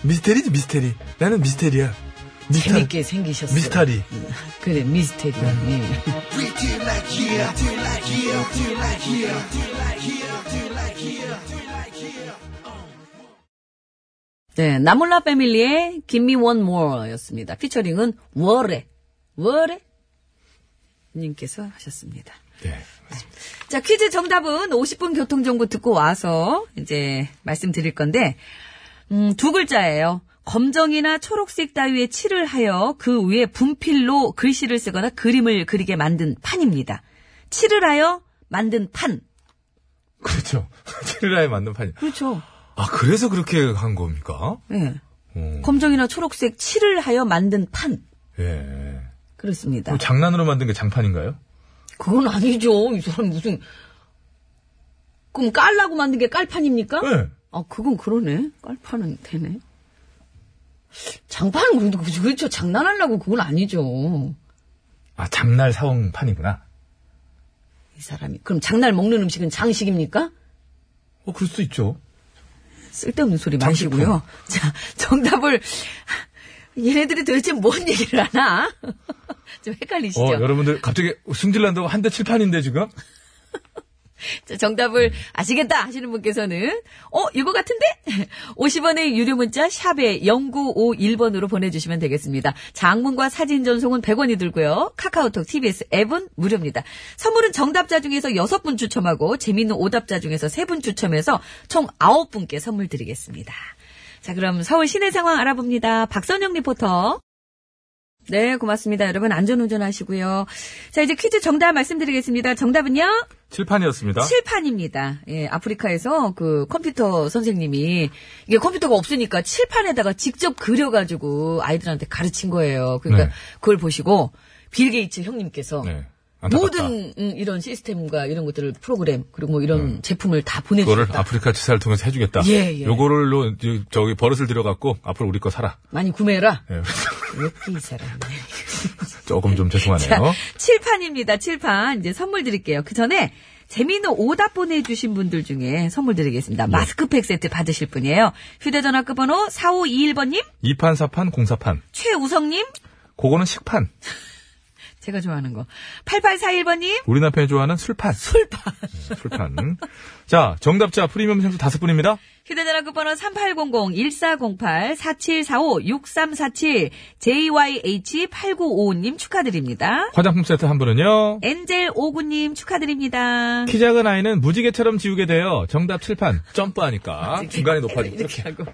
미스테리지, 미스테리. 나는 미스테리야. 미스터-
재밌게 생기셨어요.
미스터리. 네.
그래, 미스터리. 예. 네, 나몰라 패밀리의 Give Me One More 였습니다. 피처링은 월에, 월에? 님께서 하셨습니다.
네.
자, 퀴즈 정답은 50분 교통정보 듣고 와서 이제 말씀드릴 건데, 음, 두 글자예요. 검정이나 초록색 따위에 칠을 하여 그 위에 분필로 글씨를 쓰거나 그림을 그리게 만든 판입니다. 칠을 하여 만든 판.
그렇죠. 칠라에 맞는 판이.
그렇죠.
아, 그래서 그렇게 한 겁니까?
예.
어,
검정이나 초록색 칠을 하여 만든 판.
예.
그렇습니다.
그럼 장난으로 만든 게 장판인가요?
어, 그건 아니죠. 이 사람 무슨 그럼 깔라고 만든 게 깔판입니까?
네.
아, 그건 그러네. 깔판은 되네. 장판은 그래도 그- 그렇죠. 장난하려고 그건 아니죠.
아, 장날 사원판이구나.
이 사람이. 그럼 장날 먹는 음식은 장식입니까?
어, 그럴 수도 있죠.
쓸데없는 소리 마시고요. 자, 정답을 얘네들이 도대체 뭔 얘기를 하나? 좀 헷갈리시죠?
어, 여러분들 갑자기 승질 난다고 한 대 칠판인데 지금?
자, 정답을 아시겠다 하시는 분께서는 어 이거 같은데 50원의 유료 문자 샵에 0951번으로 보내주시면 되겠습니다. 장문과 사진 전송은 100원이 들고요. 카카오톡, TBS 앱은 무료입니다. 선물은 정답자 중에서 6분 추첨하고 재밌는 오답자 중에서 3분 추첨해서 총 9분께 선물 드리겠습니다. 자 그럼 서울 시내 상황 알아봅니다. 박선영 리포터. 네, 고맙습니다. 여러분, 안전운전 하시고요. 자, 이제 퀴즈 정답 말씀드리겠습니다. 정답은요?
칠판이었습니다.
칠판입니다. 예, 아프리카에서 그 컴퓨터 선생님이 이게 컴퓨터가 없으니까 칠판에다가 직접 그려가지고 아이들한테 가르친 거예요. 그러니까
네.
그걸 보시고 빌 게이츠 형님께서
네. 안타깝다.
모든 음, 이런 시스템과 이런 것들을 프로그램 그리고 뭐 이런 제품을 다 보내주셨다.
음. 그거를 아프리카 지사를 통해서 해주겠다.
예, 예.
요거를로 이제 저기 버릇을 들여갖고 앞으로 우리 거 사라.
많이 구매해라.
예.
이렇게 이 사람.
조금 좀
자,
죄송하네요.
칠판입니다. 칠판 이제 선물 드릴게요. 그 전에 재미있는 오답 보내주신 분들 중에 선물
네.
드리겠습니다. 마스크팩 세트 받으실 분이에요. 휴대전화 끝번호 4521번님,
이판사판 공사판.
최우성님,
그거는 식판.
제가 좋아하는 거. 8841번님.
우리 남편이 좋아하는 술판. 술판. 술판. 자, 정답자 프리미엄 선수 다섯 분입니다.
휴대전화 끝번호 3800-1408-4745-6347 JYH8955님 축하드립니다.
화장품 세트 한 분은요.
엔젤59님 축하드립니다.
키 작은 아이는 무지개처럼 지우게 돼요. 정답 칠판. 점프하니까 중간에 높아지고.
이렇게 하고.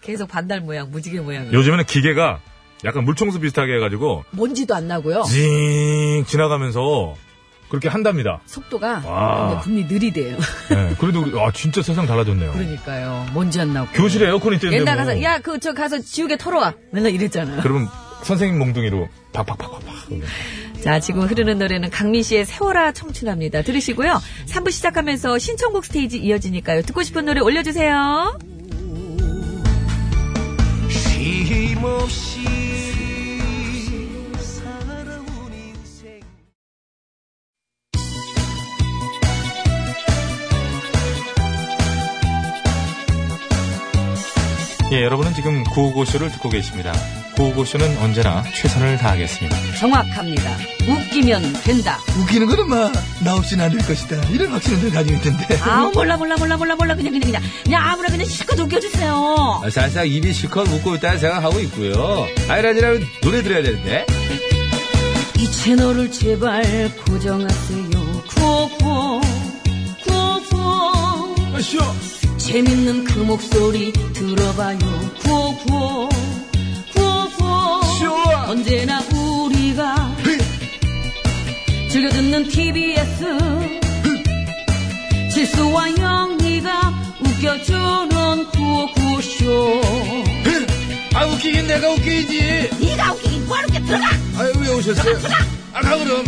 계속 반달 모양, 무지개 모양으로.
요즘에는 기계가 약간 물청소 비슷하게 해가지고
먼지도 안 나고요.
징 지나가면서 그렇게 한답니다. 와.
속도가 분이 느리대요.
예, 그래도 우리- 아 진짜 세상 달라졌네요.
그러니까요. 먼지 안 나고.
교실에 에어컨이 뜨는데
옛날
뭐.
가서 야 그 저 가서 지우개 털어와. 맨날 이랬잖아.
그러면 선생님 몽둥이로 팍팍팍팍팍. 그-
자, 지금 흐르는 노래는 강민 씨의 세월아 청춘합니다. 들으시고요. 3부 시작하면서 신청곡 스테이지 이어지니까요. 듣고 싶은 노래 올려주세요.
예, 여러분은 지금 구호고쇼를 듣고 계십니다. 구호고쇼는 언제나 최선을 다하겠습니다.
정확합니다. 웃기면 된다.
웃기는 거는 뭐, 막나 없이는 안 될 것이다. 이런 확신을 늘 가지고 있던데.
아 몰라 몰라 몰라 몰라 몰라 그냥 그냥 그냥 그냥 아무나 그냥 실컷 웃겨주세요.
아, 사실상 입이 실컷 웃고 있다는 생각하고 있고요. 아이라니라면 노래 들어야 되는데.
이 채널을 제발 고정하세요. 구호구호 구호구호
아쇼!
재밌는 그 목소리 들어봐요. 구호구호 구호구호 언제나 우리가 즐겨 듣는 TBS 실수와 영리가 웃겨주는 구호구쇼
아, 웃기긴 내가 웃기지.
네가 웃기긴 뭐하러 이렇게 들어가
아유, 왜 오셨어요? 아, 가, 그럼.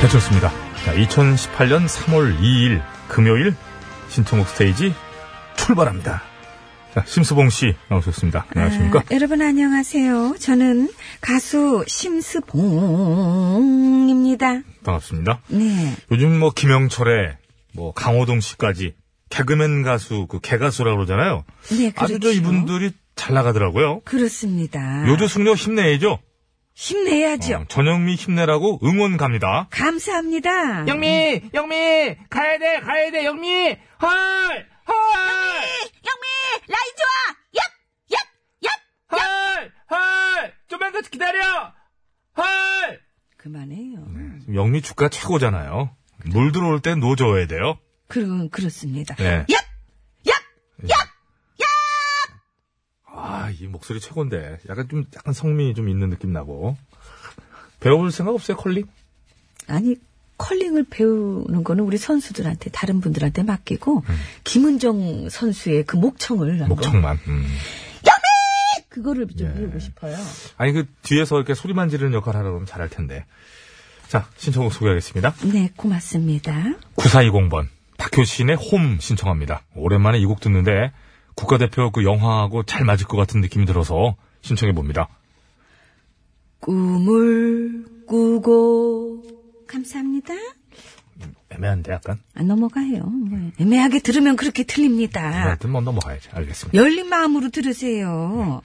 괜찮습니다. 네, 자, 2018년 3월 2일 금요일 신청곡 스테이지 출발합니다. 자, 심수봉 씨 나오셨습니다.
네.
안녕하십니까?
여러분 안녕하세요 저는 가수 심스봉입니다
반갑습니다.
네
요즘 뭐 김영철의 뭐 강호동 씨까지 개그맨 가수 그 개가수라고 그러잖아요.
네,
아주 저
그렇죠.
이분들이 잘 나가더라고요.
그렇습니다
요조숙녀 힘내야죠.
힘내야죠
어, 전영미 힘내라고 응원 갑니다.
감사합니다
영미! 영미! 가야 돼! 가야 돼! 영미! 헐! 헐!
영미 라인 좋아 얍! 얍! 얍!
헐! 헐! 좀만 더 기다려! 헐!
그만해요.
지금 영미 주가 최고잖아요. 물 들어올 땐 노져야 돼요.
그럼 그렇습니다.
네. 예.
얍! 얍!
아, 이 목소리 최고인데. 약간 좀, 약간 성미 좀 있는 느낌 나고. 배워볼 생각 없어요, 컬링?
아니 컬링을 배우는 거는 우리 선수들한테 다른 분들한테 맡기고 김은정 선수의 그 목청을 한번
음. 목청만. 음.
그거를 좀
예.
배우고 싶어요.
아니, 그, 뒤에서 이렇게 소리만 지르는 역할 하라 그러면 잘할 텐데. 자, 신청곡 소개하겠습니다.
네 고맙습니다.
9420번. 박효신의 홈 신청합니다. 오랜만에 이 곡 듣는데, 국가대표 그 영화하고 잘 맞을 것 같은 느낌이 들어서 신청해봅니다.
꿈을 꾸고 감사합니다.
애매한데, 약간?
안 넘어가요. 뭐. 애매하게 들으면 그렇게
아.
틀립니다.
하여튼 뭐 넘어가야지. 알겠습니다.
열린 마음으로 들으세요.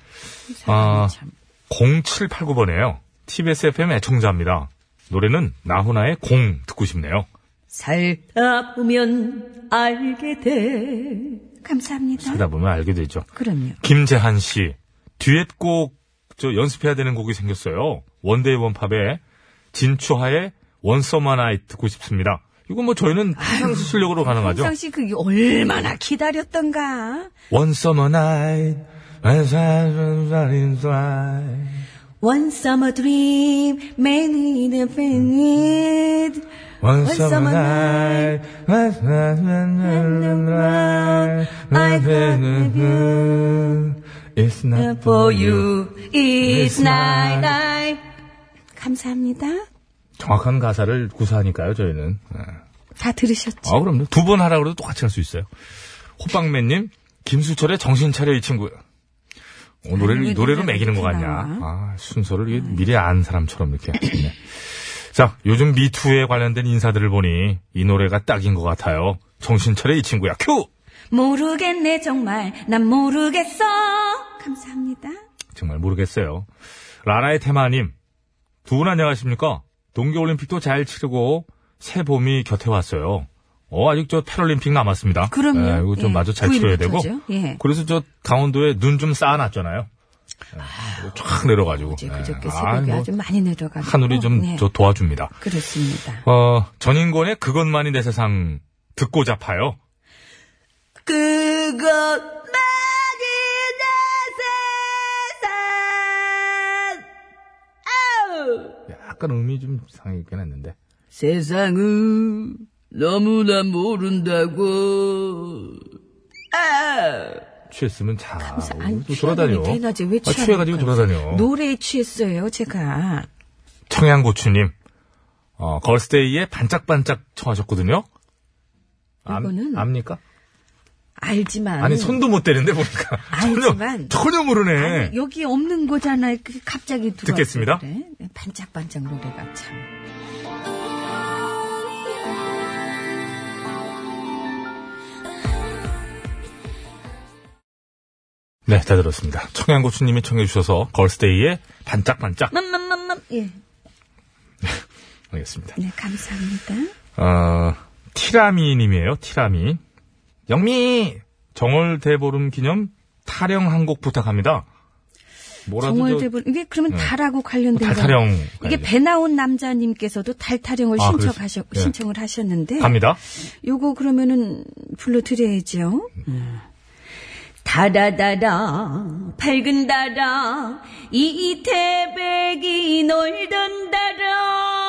아.
참.
0789번이에요. TBS FM 애청자입니다. 노래는 나훈아의 공 듣고 싶네요.
살다 보면 알게 돼. 감사합니다.
하다 보면 알게 되죠.
그럼요.
김재한 씨, 듀엣곡 저 연습해야 되는 곡이 생겼어요. 원데이 원팝의 진추하의 원서마 나이 듣고 싶습니다. 이건 뭐 저희는 평상시 실력으로 가능하죠.
상씨 그게 얼마나 기다렸던가.
원서마 나이
One summer dream, many in a f i n i t
원서마 나이 It's not
for you, it's night, night. 감사합니다.
정확한 가사를 구사하니까요, 저희는. 예.
다 들으셨죠?
아, 그럼요. 두 번 하라고 해도 똑같이 할 수 있어요. 호빵맨님, 김수철의 정신 차려 이 친구. 어, 노래를,
아니,
노래로
노래가
매기는 것
이렇게
같냐.
나와?
아, 순서를 이게 미리 안 사람처럼 이렇게. 네. 자, 요즘 미투에 관련된 인사들을 보니 이 노래가 딱인 것 같아요. 정신 차려 이 친구야. 큐!
모르겠네 정말 난 모르겠어. 감사합니다.
정말 모르겠어요. 라라의 테마님, 두 분 안녕하십니까? 동계올림픽도 잘 치르고 새 봄이 곁에 왔어요. 어, 아직 저 패럴림픽 남았습니다.
그럼요.
예, 이거 좀
예.
마저 잘
구일
치러야 되고. 네.
부터죠. 예.
그래서 저 강원도에 눈 좀 쌓아놨잖아요. 예, 이거 쫙 내려가지고.
어제
예.
그저께
아이,
새벽에
뭐
아주 많이 내려가고.
하늘이 좀
예.
저 도와줍니다.
그렇습니다.
어, 전인권의 그것만이 내 세상 듣고 잡아요.
그것만이 내 세상. 아우.
약간 음이 좀 이상하긴 했는데.
세상을 너무나 모른다고. 아,
취했으면 자.
아니,
또 돌아다녀.
취하면 대낮에 왜
아, 취해가지고
취합니까?
돌아다녀.
노래에 취했어요, 제가.
청양고추님, 어, 걸스데이에 반짝반짝 청하셨거든요? 압,
이거는-
압니까?
알지만.
아니, 손도 못 대는데 보니까. 전혀,
알지만-
전혀 모르네.
아니, 여기 없는 거잖아요. 그게 갑자기 들어.
듣겠습니다.
그래?
네,
반짝반짝 노래가 참.
네, 다 들었습니다. 청양고추님이 청해주셔서 걸스데이에 반짝반짝.
맘맘맘맘 예.
알겠습니다.
네 감사합니다.
어, 티라미님이에요, 티라미. 영미! 정월 대보름 기념 타령 한 곡 부탁합니다. 뭐라도
정월
저-
대본 이게 그러면
네.
달하고 관련된
달타령
거. 이게
가야죠.
배 나온 남자님께서도 달타령을
아,
신청하셔
그렇지. 예.
신청을 하셨는데
갑니다.
요거 그러면은 불러드려야죠.
다다다라 밝은 달아 이태백이 놀던 달아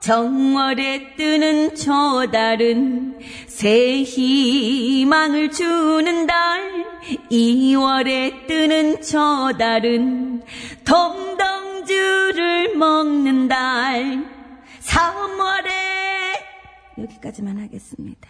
정월에 뜨는 저 달은 새 희망을 주는 달 2월에 뜨는 저 달은 동동주를 먹는 달 3월에
여기까지만 하겠습니다.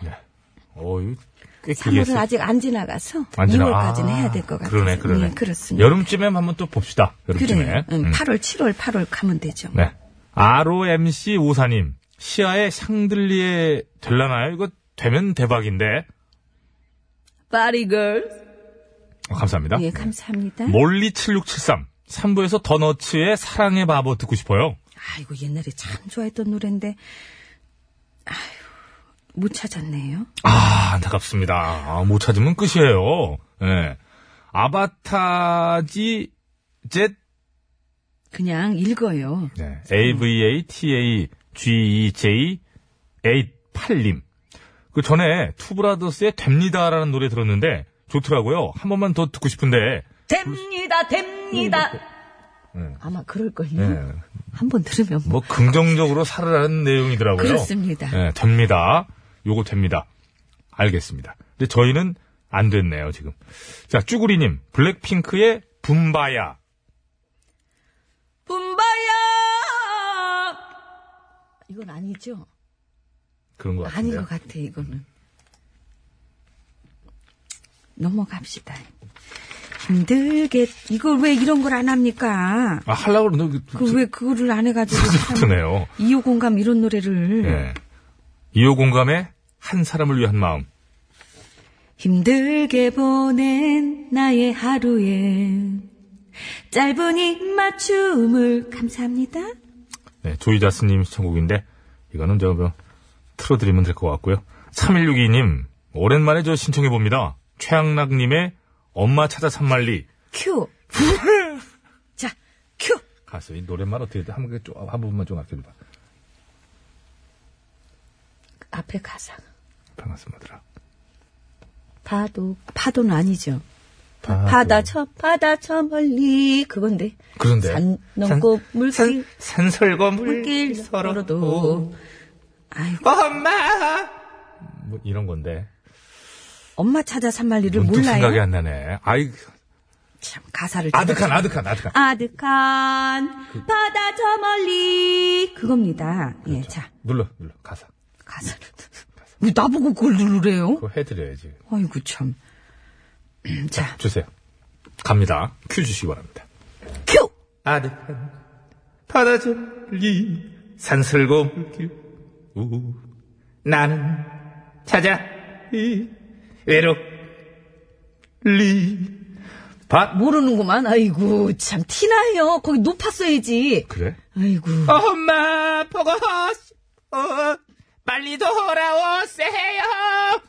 어, 이거 꽤 길게
3월은
했어요.
아직 안 지나가서
안 지나-
2월까지는
아,
해야 될 것 같아요.
그러네, 그러네.
예, 그렇습니다.
여름쯤에 한번 또 봅시다. 여름쯤에.
그래요. 음,
음.
8월, 7월, 8월 가면 되죠.
네. ROMC 오사님, 시아의 샹들리에 될라나요? 이거 되면 대박인데.
파리걸.
어, 감사합니다.
예, 감사합니다.
뭐- 몰리7673, 3부에서 더너츠의 사랑의 바보 듣고 싶어요.
아이고, 옛날에 참 좋아했던 노래인데, 아휴, 못 찾았네요.
아, 안타깝습니다. 아, 못 찾으면 끝이에요. 예. 아바타지 젯
그냥 읽어요.
네. E AVATAGEJ88님. 그 전에 투브라더스의 됩니다라는 노래 들었는데 좋더라고요. 한 번만 더 듣고 싶은데.
됩니다, 됩니다.
음, 네.
아마 그럴걸요.
예.
한번 들으면 뭐.
뭐 긍정적으로 살으라는 내용이더라고요.
그렇습니다.
예, 됩니다. 요거 됩니다. 알겠습니다. 근데 저희는 안 됐네요, 지금. 자, 쭈구리님. 블랙핑크의 붐바야. 네.
분바야!
이건 아니죠?
그런 것 같아요.
아닌 것 같아, 이거는. 넘어갑시다.
힘들게, 이걸 왜 이런 걸 안 합니까?
아, 하려고 그러는데 그-
그 왜 그거를 안 해가지고 참,
그러네요.
이호 공감 이런 노래를.
예. 이호 공감의 한 사람을 위한 마음.
힘들게 보낸 나의 하루엔 짧은 입맞춤을 감사합니다.
네, 조이자스님 시청곡인데, 이거는 저, 뭐, 틀어드리면 될 것 같고요. 3162님, 오랜만에 저 신청해봅니다. 최양락님의 엄마 찾아 산말리.
큐. 자, 큐.
가수, 이 노랫말 어떻게, 돼? 한, 번, 좀- 한 부분만 좀 아껴줘봐.
앞에 가사.
반갑습니다.
파도. 파도는 아니죠. 바다 저 바다 저 멀리 그건데
그런데.
산 넘고 물길
산설과
물길 서로도 아이고
엄마
뭐, 이런 건데.
엄마 찾아 산말리를
문득
몰라요.
생각이 안 나네. 아이,
참 가사를
아득한, 아득한, 아득한.
아득한
그
바다 저 멀리 그겁니다. 예, 자
눌러, 눌러, 가사.
가사를
왜 나보고 그걸 누르래요?
그거 해드려야지.
아이고 참. 음, 자
주세요. 갑니다. 큐 주시기 바랍니다.
큐.
아득한 바다 저리 산슬고 물길 우 나는 찾아 이 외롭 리 밭.
모르는구만. 아이고 참 티나요. 거기 높았어야지.
그래?
아이고
엄마 보고 싶어 빨리 돌아오세요.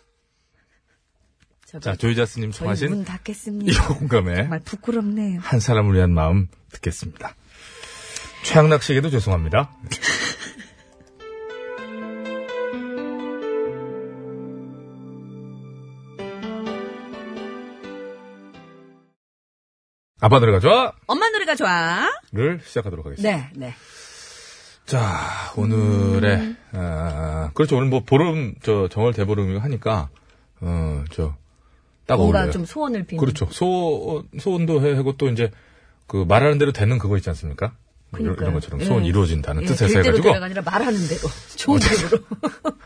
자 조이자스님
저희
청하신
문 닫겠습니다.
이호 공감에
정말 부끄럽네요.
한 사람을 위한 마음 듣겠습니다. 최양락 씨에게도 죄송합니다. 아빠 노래가 좋아!
엄마 노래가 좋아.
를 시작하도록 하겠습니다.
네 네.
자, 오늘의,
음.
아, 그렇죠. 오늘 뭐 보름, 저, 정월 대보름이고 하니까, 어, 저, 딱
뭔가
어울려요.
좀 소원을 빌는.
그렇죠. 소, 소원도 해- 하고 또 이제 그 말하는 대로 되는 그거 있지 않습니까? 뭐 이런,
그러니까요.
이런 것처럼 소원
예.
이루어진다는
예,
뜻에서
될 대로
해가지고 어, 네.
대로가 아니라 말하는 대로. 좋은 대로.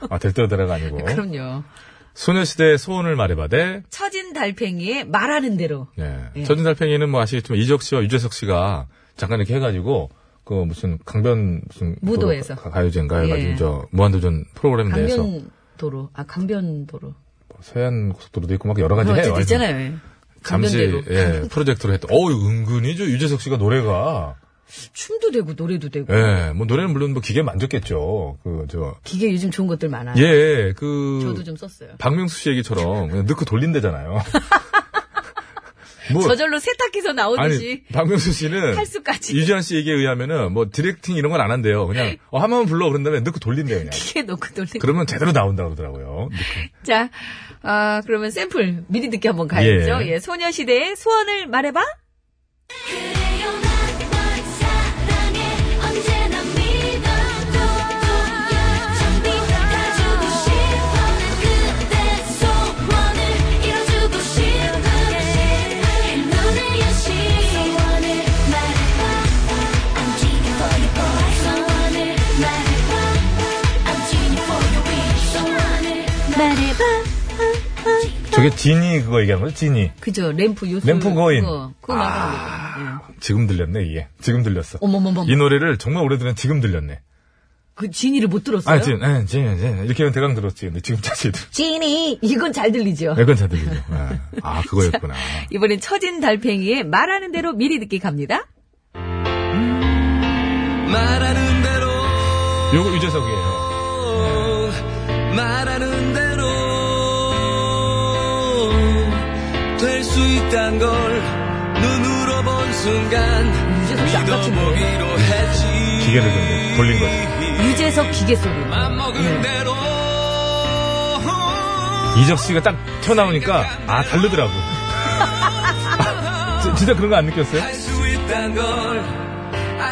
아, 될 대로 되라가 아니고
그럼요.
소녀시대의 소원을 말해봐대
처진 달팽이의 말하는 대로.
예.
예.
전진달팽이는 뭐 아시겠지만 이적 씨와 유재석 씨가 잠깐 이렇게 해가지고 그 무슨 강변 무슨
무도에서.
그 가- 가요제인가 해가지고
예.
저 무한도전 프로그램 내에서
강변도로. 아, 강변도로.
뭐 서해안 고속도로도 있고 막 여러 가지
뭐
해요.
어쨌든 있잖아요.
잠시
강변대로.
예, 프로젝트로 했던 어우 은근히 저 유재석 씨가 노래가
춤도 되고 노래도 되고.
예, 뭐 노래는 물론 뭐 기계 만졌겠죠. 그 저
기계 요즘 좋은 것들 많아요.
예, 그
저도 좀 썼어요.
박명수 씨 얘기처럼 그냥 넣고 돌린대잖아요. 뭐
저절로 세탁기에서
아니
나오듯이
박명수 씨는
팔수까지
유지한 씨 얘기에 의하면은 뭐 디렉팅 이런 건 안 한대요. 그냥 어, 한 번만 불러 그런 다음에 넣고 돌린대요. 그냥.
기계 넣고 돌리고.
그러면 제대로 나온다 그러더라고요. 넣고.
자, 아, 그러면 샘플 미리 듣기 한번 가야죠.
예.
예, 소녀시대의 소원을 말해봐.
저게 지니 그거 얘기한 거죠? 지니.
그죠? 램프 요술.
램프 거인. 아.
그거, 그거 말하는 거죠. 예.
지금 들렸네 이게. 지금 들렸어.
어머머머.
이 노래를 정말 오래전에 지금 들렸네.
그 진이를 못 들었어요?
아 지금, 예, 지금, 지금 이렇게 하면 대강 들었지. 근데 지금까지 들.
진이. 이건 잘 들리죠?
이건 잘 들리죠. 예. 아 그거였구나.
이번엔 처진 달팽이의 말하는 대로 미리 듣기 갑니다.
말하는 대로
요거 유재석이에요.
어, 말하는 대로 될 수 있단 걸 눈으로 본 순간
유재석 씨 아까 춤 뭐예요?
믿어보기로 했지
기계를 근데 돌린 거죠.
유재석 기계 소리.
맘
네.
먹은 대로
이적 씨가 딱 튀어나오니까 아 다르더라고. 아, 지- 진짜 그런 거 안 느꼈어요?
할 수 있단 걸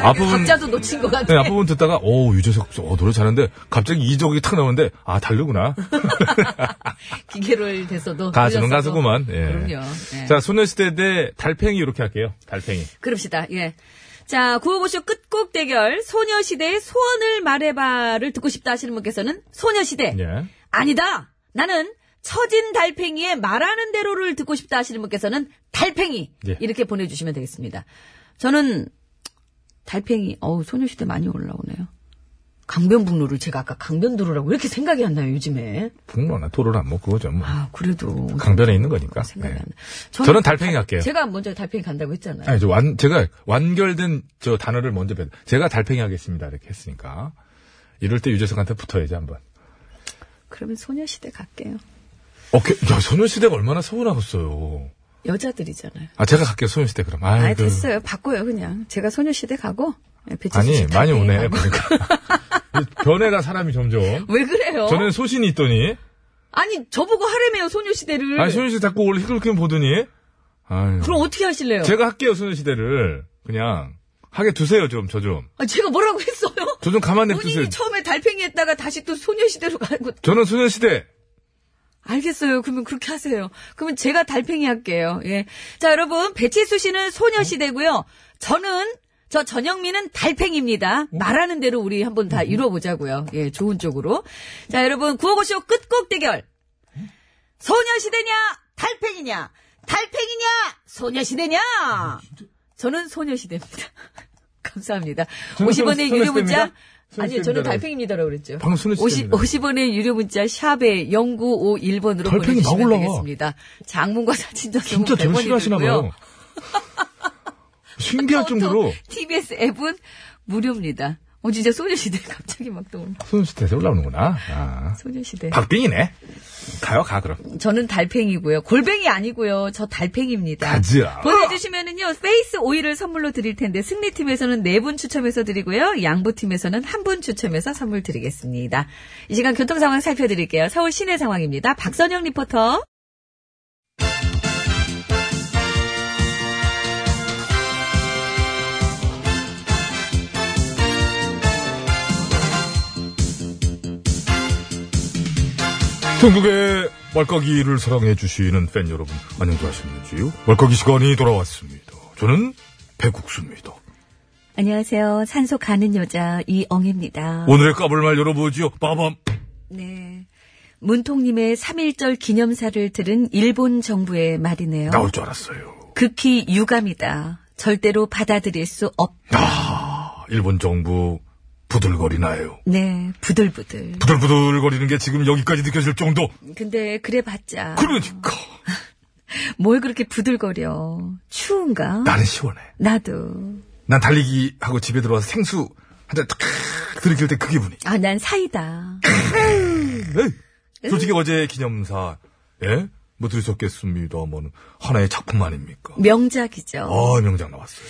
앞부분
박자도 놓친 것 같아.
네, 앞부분 듣다가 오 유재석 씨, 어, 노래 잘하는데 갑자기 이적이 탁 나오는데 아 다르구나.
기계를 대서도.
가수는
들렸어도.
가수구만. 예.
그럼요. 예.
자 소녀시대 대 달팽이 이렇게 할게요. 달팽이.
그럽시다. 예. 자, 구호보쇼 끝곡 대결 소녀시대의 소원을 말해봐를 듣고 싶다 하시는 분께서는 소녀시대.
예.
아니다. 나는 처진 달팽이의 말하는 대로를 듣고 싶다 하시는 분께서는 달팽이
예.
이렇게 보내주시면 되겠습니다. 저는 달팽이. 어우 소녀시대 많이 올라오네요. 강변북로를 제가 아까 강변도로라고 왜 이렇게 생각이 안 나요 요즘에?
북로나 도로나 뭐 그거죠. 뭐.
아 그래도
강변에 있는 거니까.
생각이
예.
안 나. 저는,
저는 달팽이 할게요.
제가 먼저 달팽이 간다고 했잖아요.
아니, 저 완, 제가 완결된 저 단어를 먼저 뱉, 제가 달팽이 하겠습니다. 이렇게 했으니까. 이럴 때 유재석한테 붙어야지, 한번.
그러면 소녀시대 갈게요.
오케이. 야, 소녀시대가 얼마나 서운하겠어요.
여자들이잖아요.
아, 제가 갈게요, 소녀시대 그럼. 아이,
아
그-
됐어요. 바꿔요 그냥. 제가 소녀시대 가고 예, 배치
아니, 많이 오네, 보니까. 이 변해가 사람이 점점.
왜 그래요?
전엔 소신이 있더니.
아니 저보고 하래매요 소녀시대를.
아니, 소녀시대 자꾸 오늘 히끌키면 보더니. 아유.
그럼 어떻게 하실래요?
제가 할게요, 소녀시대를. 그냥. 하게 두세요, 좀, 저 좀.
아, 제가 뭐라고 했어요?
저 좀 가만
본인이
냅두세요.
처음에 달팽이 했다가 다시 또 소녀시대로 가고
저는 소녀시대.
알겠어요. 그러면 그렇게 하세요. 그러면 제가 달팽이 할게요. 예. 자, 여러분. 배치수 씨는 소녀시대고요. 저는, 저 전영미는 달팽이입니다. 말하는 대로 우리 한번
음.
다 이뤄보자고요. 예, 좋은 쪽으로. 자, 여러분. 구호고쇼 끝곡 대결. 소녀시대냐? 달팽이냐? 달팽이냐? 소녀시대냐? 저는 소녀시대입니다. 감사합니다.
저는
50원의
소녀-
유료 문자.
소녀시대입니다.
아니요, 저는
소녀시대입니다.
달팽이입니다라고 그랬죠.
방금 소녀시대입니다.
50, 원의 유료 문자 샵에 0951번으로
달팽이 막
보내주시면
올라와.
되겠습니다. 장문과 사진 전송
진짜 저를 싫어하시나 봐요. 신기할 정도로
TBS 앱은 무료입니다. 어, 진짜 소녀시대 갑자기 막 떠오르
소녀시대에서 올라오는구나. 아.
소녀시대.
박빙이네. 가요, 가, 그럼.
저는 달팽이고요. 골뱅이 아니고요. 저 달팽이입니다.
가지야.
보내주시면은요 페이스 오일을 선물로 드릴 텐데 승리팀에서는 네 분 추첨해서 드리고요 양보팀에서는 한 분 추첨해서 선물 드리겠습니다. 이 시간 교통 상황 살펴드릴게요. 서울 시내 상황입니다. 박선영 리포터.
전국의 말까기를 사랑해주시는 팬 여러분, 안녕하셨는지요? 말까기 시간이 돌아왔습니다. 저는 배국수입니다.
안녕하세요. 산소 가는 여자 이엉입니다.
오늘의 까불말 열어보지요. 빠밤.
네. 문통님의 3.1절 기념사를 들은 일본 정부의 말이네요.
나올 줄 알았어요.
극히 유감이다. 절대로 받아들일 수 없.
아, 일본 정부 부들거리나요.
네, 부들부들.
부들부들거리는 게 지금 여기까지 느껴질 정도.
근데 그래봤자
그러니까.
뭘 그렇게 부들거려. 추운가?
나는 시원해.
나도.
난 달리기 하고 집에 들어와서 생수 한잔탁 들이킬 때 그 기분이.
아, 난 사이다.
에이, 솔직히 어제 기념사, 예? 뭐 들으셨겠습니다만, 하나의 작품 아닙니까?
명작이죠.
아, 명장 나왔어요.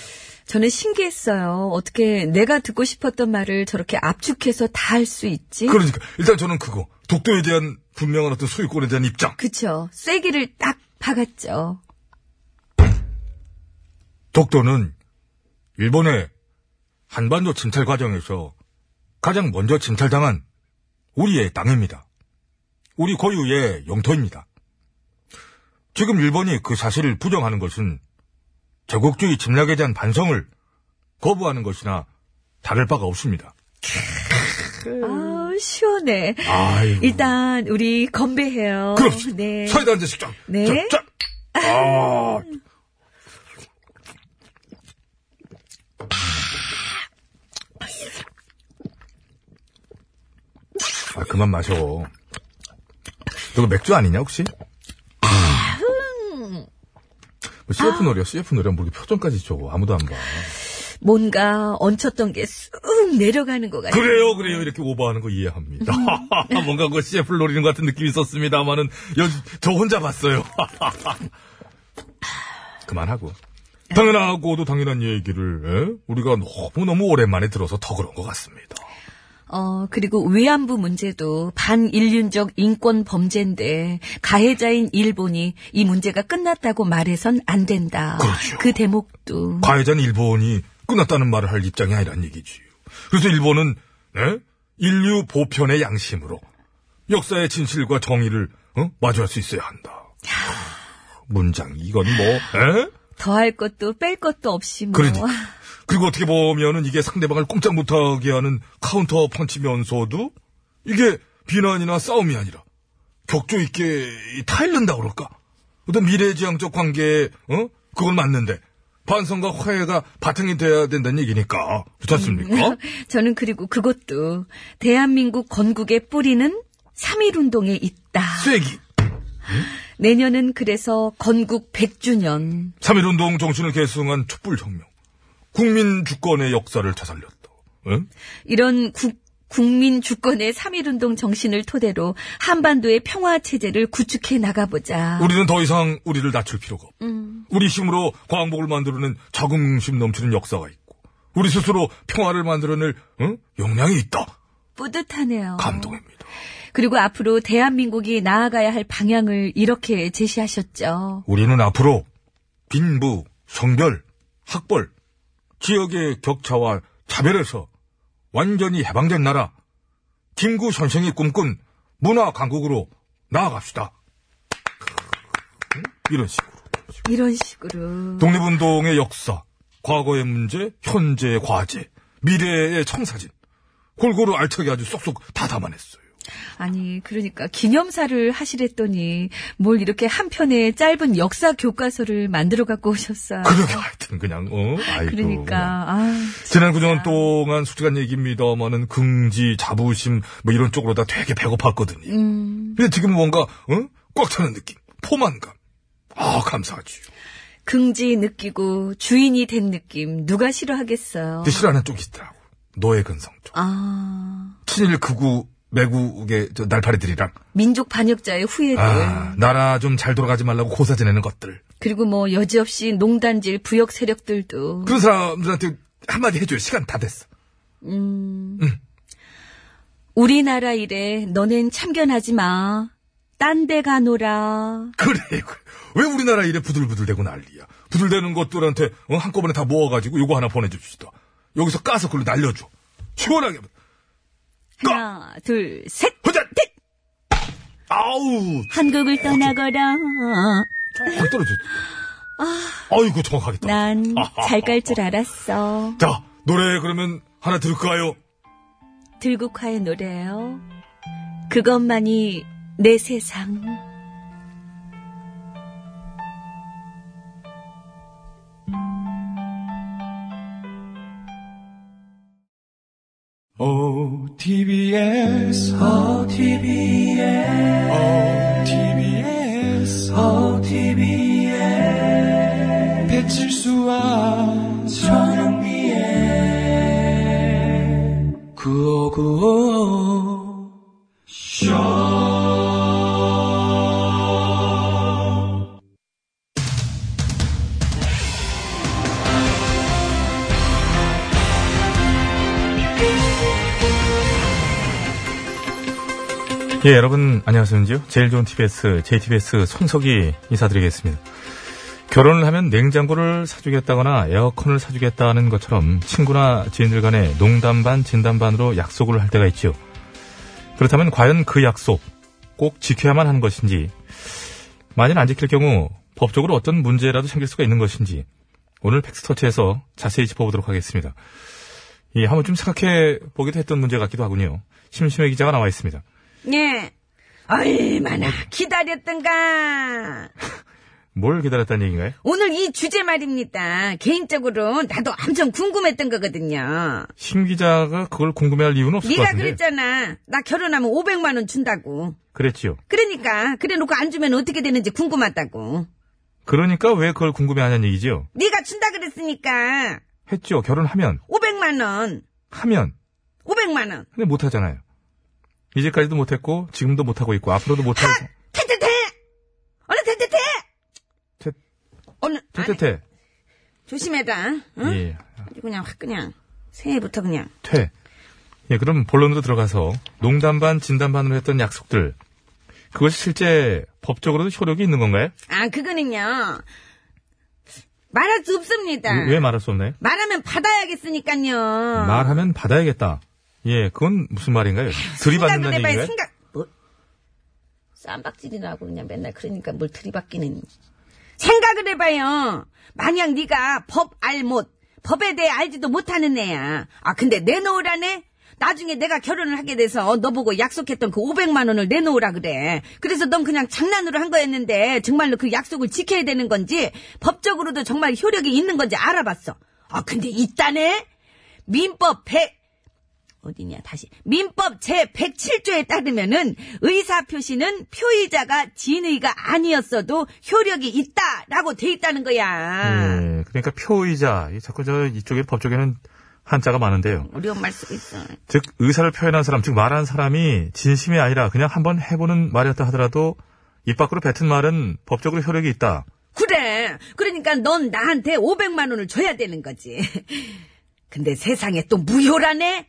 저는 신기했어요. 어떻게 내가 듣고 싶었던 말을 저렇게 압축해서 다 할 수 있지?
그러니까, 일단 저는 그거, 독도에 대한 분명한 어떤 소유권에 대한 입장.
그쵸. 쐐기를 딱 박았죠.
독도는 일본의 한반도 침탈 과정에서 가장 먼저 침탈당한 우리의 땅입니다. 우리 고유의 영토입니다. 지금 일본이 그 사실을 부정하는 것은 제국주의 침략에 대한 반성을 거부하는 것이나 다를 바가 없습니다. 음.
아, 시원해.
아이고.
일단 우리 건배해요.
그럼
네.
사이다 한 잔씩 쫙.
네.
쫙, 쫙. 아. 아, 그만 마셔. 이거 맥주 아니냐, 혹시? 아. 뭐 CF 노래야, CF 노래야. 모르게 표정까지 저거. 아무도 안 봐.
뭔가 얹혔던 게 쑥 내려가는 것 같아요.
그래요, 그래요. 이렇게 오버하는 거 이해합니다. 뭔가 그 CF를 노리는 것 같은 느낌이 있었습니다만은, 여, 저 혼자 봤어요. 그만하고. 당연하고도 당연한 얘기를, 예? 우리가 너무너무 오랜만에 들어서 더 그런 것 같습니다.
어, 그리고 위안부 문제도 반인륜적 인권 범죄인데 가해자인 일본이 이 문제가 끝났다고 말해선 안 된다.
그렇죠.
그 대목도
과외자는 일본이 끝났다는 말을 할 입장이 아니란 얘기지요. 그래서 일본은 예? 인류 보편의 양심으로 역사의 진실과 정의를 어? 마주할 수 있어야 한다. 문장 이건 뭐 예?
더할 것도 뺄 것도 없이 뭐
그러니 그리고 어떻게 보면은 이게 상대방을 꼼짝 못하게 하는 카운터 펀치면서도 이게 비난이나 싸움이 아니라 격조 있게 타일른다 그럴까? 어떤 미래지향적 관계에 어 그건 맞는데 반성과 화해가 바탕이 돼야 된다는 얘기니까 그렇지 않습니까?
저는 그리고 그것도 대한민국 건국의 뿌리는 3.1 운동에 있다.
쐐기
내년은 그래서 건국 100주년.
3.1운동 정신을 계승한 촛불혁명 국민 주권의 역사를 되살렸다. 응?
이런 국, 국민 주권의 3.1운동 정신을 토대로 한반도의 평화체제를 구축해 나가보자.
우리는 더 이상 우리를 낮출 필요가 없고 우리 힘으로 광복을 만들어낸 자긍심 넘치는 역사가 있고 우리 스스로 평화를 만들어낼 응? 역량이 있다.
뿌듯하네요.
감동입니다.
그리고 앞으로 대한민국이 나아가야 할 방향을 이렇게 제시하셨죠.
우리는 앞으로 빈부, 성별, 학벌, 지역의 격차와 차별에서 완전히 해방된 나라, 김구 선생이 꿈꾼 문화 강국으로 나아갑시다. 이런 식으로.
이런 식으로.
독립운동의 역사, 과거의 문제, 현재의 과제, 미래의 청사진. 골고루 알차게 아주 쏙쏙 다 담아냈어요.
아니, 그러니까 기념사를 하시랬더니 뭘 이렇게 한 편의 짧은 역사 교과서를 만들어 갖고 오셨어요.
그러게 하여튼 그냥 어 아이고.
그러니까 아,
지난 9년 동안 솔직한 얘기입니다만은 긍지, 자부심 뭐 이런 쪽으로 다 되게 배고팠거든요. 근데 지금 뭔가 어? 꽉 차는 느낌, 포만감. 아 감사하지.
긍지 느끼고 주인이 된 느낌 누가 싫어하겠어요.
근데 싫어하는 쪽이 있더라고. 노예 근성 쪽.
아,
친일 극우 매국의 저 날파리들이랑
민족 반역자의
네.
후예들.
아 나라 좀 잘 돌아가지 말라고 고사 지내는 것들.
그리고 뭐 여지없이 농단질 부역 세력들도
그런 사람들한테 한마디 해줘요. 시간 다 됐어.
우리나라 일에 너넨 참견하지 마. 딴 데 가노라.
그래, 그래. 왜 우리나라 이래 부들부들대고 난리야. 부들대는 것들한테 어, 한꺼번에 다 모아가지고 요거 하나 보내줍시다. 여기서 까서 그걸로 날려줘. 시원하게.
하나, 둘, 셋.
혼자! 아우!
한국을 떠나거라.
어, 떨어져. 아이고, 정확하게 떨어져.
난 잘 갈 줄 아. 알았어.
자, 노래 그러면 하나 들을까요?
들국화의 노래예요. 그것만이 내 세상.
OTBS, OTBS, OTBS, OTBS, 배칠수와 전영미의 구호구호
예, 여러분, 안녕하세요. 제일 좋은 TBS, JTBS 손석희 인사드리겠습니다. 결혼을 하면 냉장고를 사주겠다거나 에어컨을 사주겠다는 것처럼 친구나 지인들 간에 농담 반, 진담 반으로 약속을 할 때가 있지요. 그렇다면 과연 그 약속 꼭 지켜야만 하는 것인지, 만일 안 지킬 경우 법적으로 어떤 문제라도 생길 수가 있는 것인지, 오늘 팩스터치에서 자세히 짚어보도록 하겠습니다. 예, 한번 좀 생각해 보기도 했던 문제 같기도 하군요. 심심해 기자가 나와 있습니다.
예. 얼마나 기다렸던가.
뭘 기다렸다는 얘기인가요?
오늘 이 주제 말입니다. 개인적으로 나도 엄청 궁금했던 거거든요.
심 기자가 그걸 궁금해할 이유는 없을 것
네가
같은데.
그랬잖아. 나 결혼하면 500만 원 준다고.
그랬지요.
그러니까 그래 놓고 안 주면 어떻게 되는지 궁금하다고.
그러니까 왜 그걸 궁금해하냐는 얘기지요.
네가 준다 그랬으니까
했죠. 결혼하면
500만 원.
하면
500만 원.
근데 못 하잖아요. 이제까지도 못 했고 지금도 못 하고 있고 앞으로도 못
아,
하고.
태태태. 얼른 태태태.
태-
얼른 안 해.
퇴퇴퇴.
조심해라. 응?
예.
아주 그냥 확 그냥 새해부터 그냥.
퇴. 예, 그럼 본론으로 들어가서 농담 반 진담 반으로 했던 약속들. 그것이 실제 법적으로도 효력이 있는 건가요?
아 그거는요. 말할 수 없습니다.
왜 말할 수 없나요?
말하면 아. 받아야겠으니까요. 아,
말하면 받아야겠다. 예, 그건 무슨 말인가요? 들이받는다는
생각을 해봐야
얘기인가요?
생각. 뭐? 쌈박질이라고 그냥 맨날 그러니까 뭘 들이받기는. 생각을 해봐요. 만약 네가 법 알못, 법에 대해 알지도 못하는 애야. 아 근데 내놓으라네. 나중에 내가 결혼을 하게 돼서 너 보고 약속했던 그 500만 원을 내놓으라 그래. 그래서 넌 그냥 장난으로 한 거였는데 정말로 그 약속을 지켜야 되는 건지 법적으로도 정말 효력이 있는 건지 알아봤어. 아 근데 있다네. 민법 100 어디냐 다시 민법 제 107조에 따르면은 의사 표시는 표의자가 진의가 아니었어도 효력이 있다라고 돼 있다는 거야.
예, 그러니까 표의자. 이 자꾸 저 이쪽에 법조계는 한자가 많은데요.
어려운 말 쓰고 있어.
즉 의사를 표현한 사람, 즉 말한 사람이 진심이 아니라 그냥 한번 해보는 말이었다 하더라도 입 밖으로 뱉은 말은 법적으로 효력이 있다.
그래. 그러니까 넌 나한테 500만 원을 줘야 되는 거지. 근데 세상에 또 무효라네?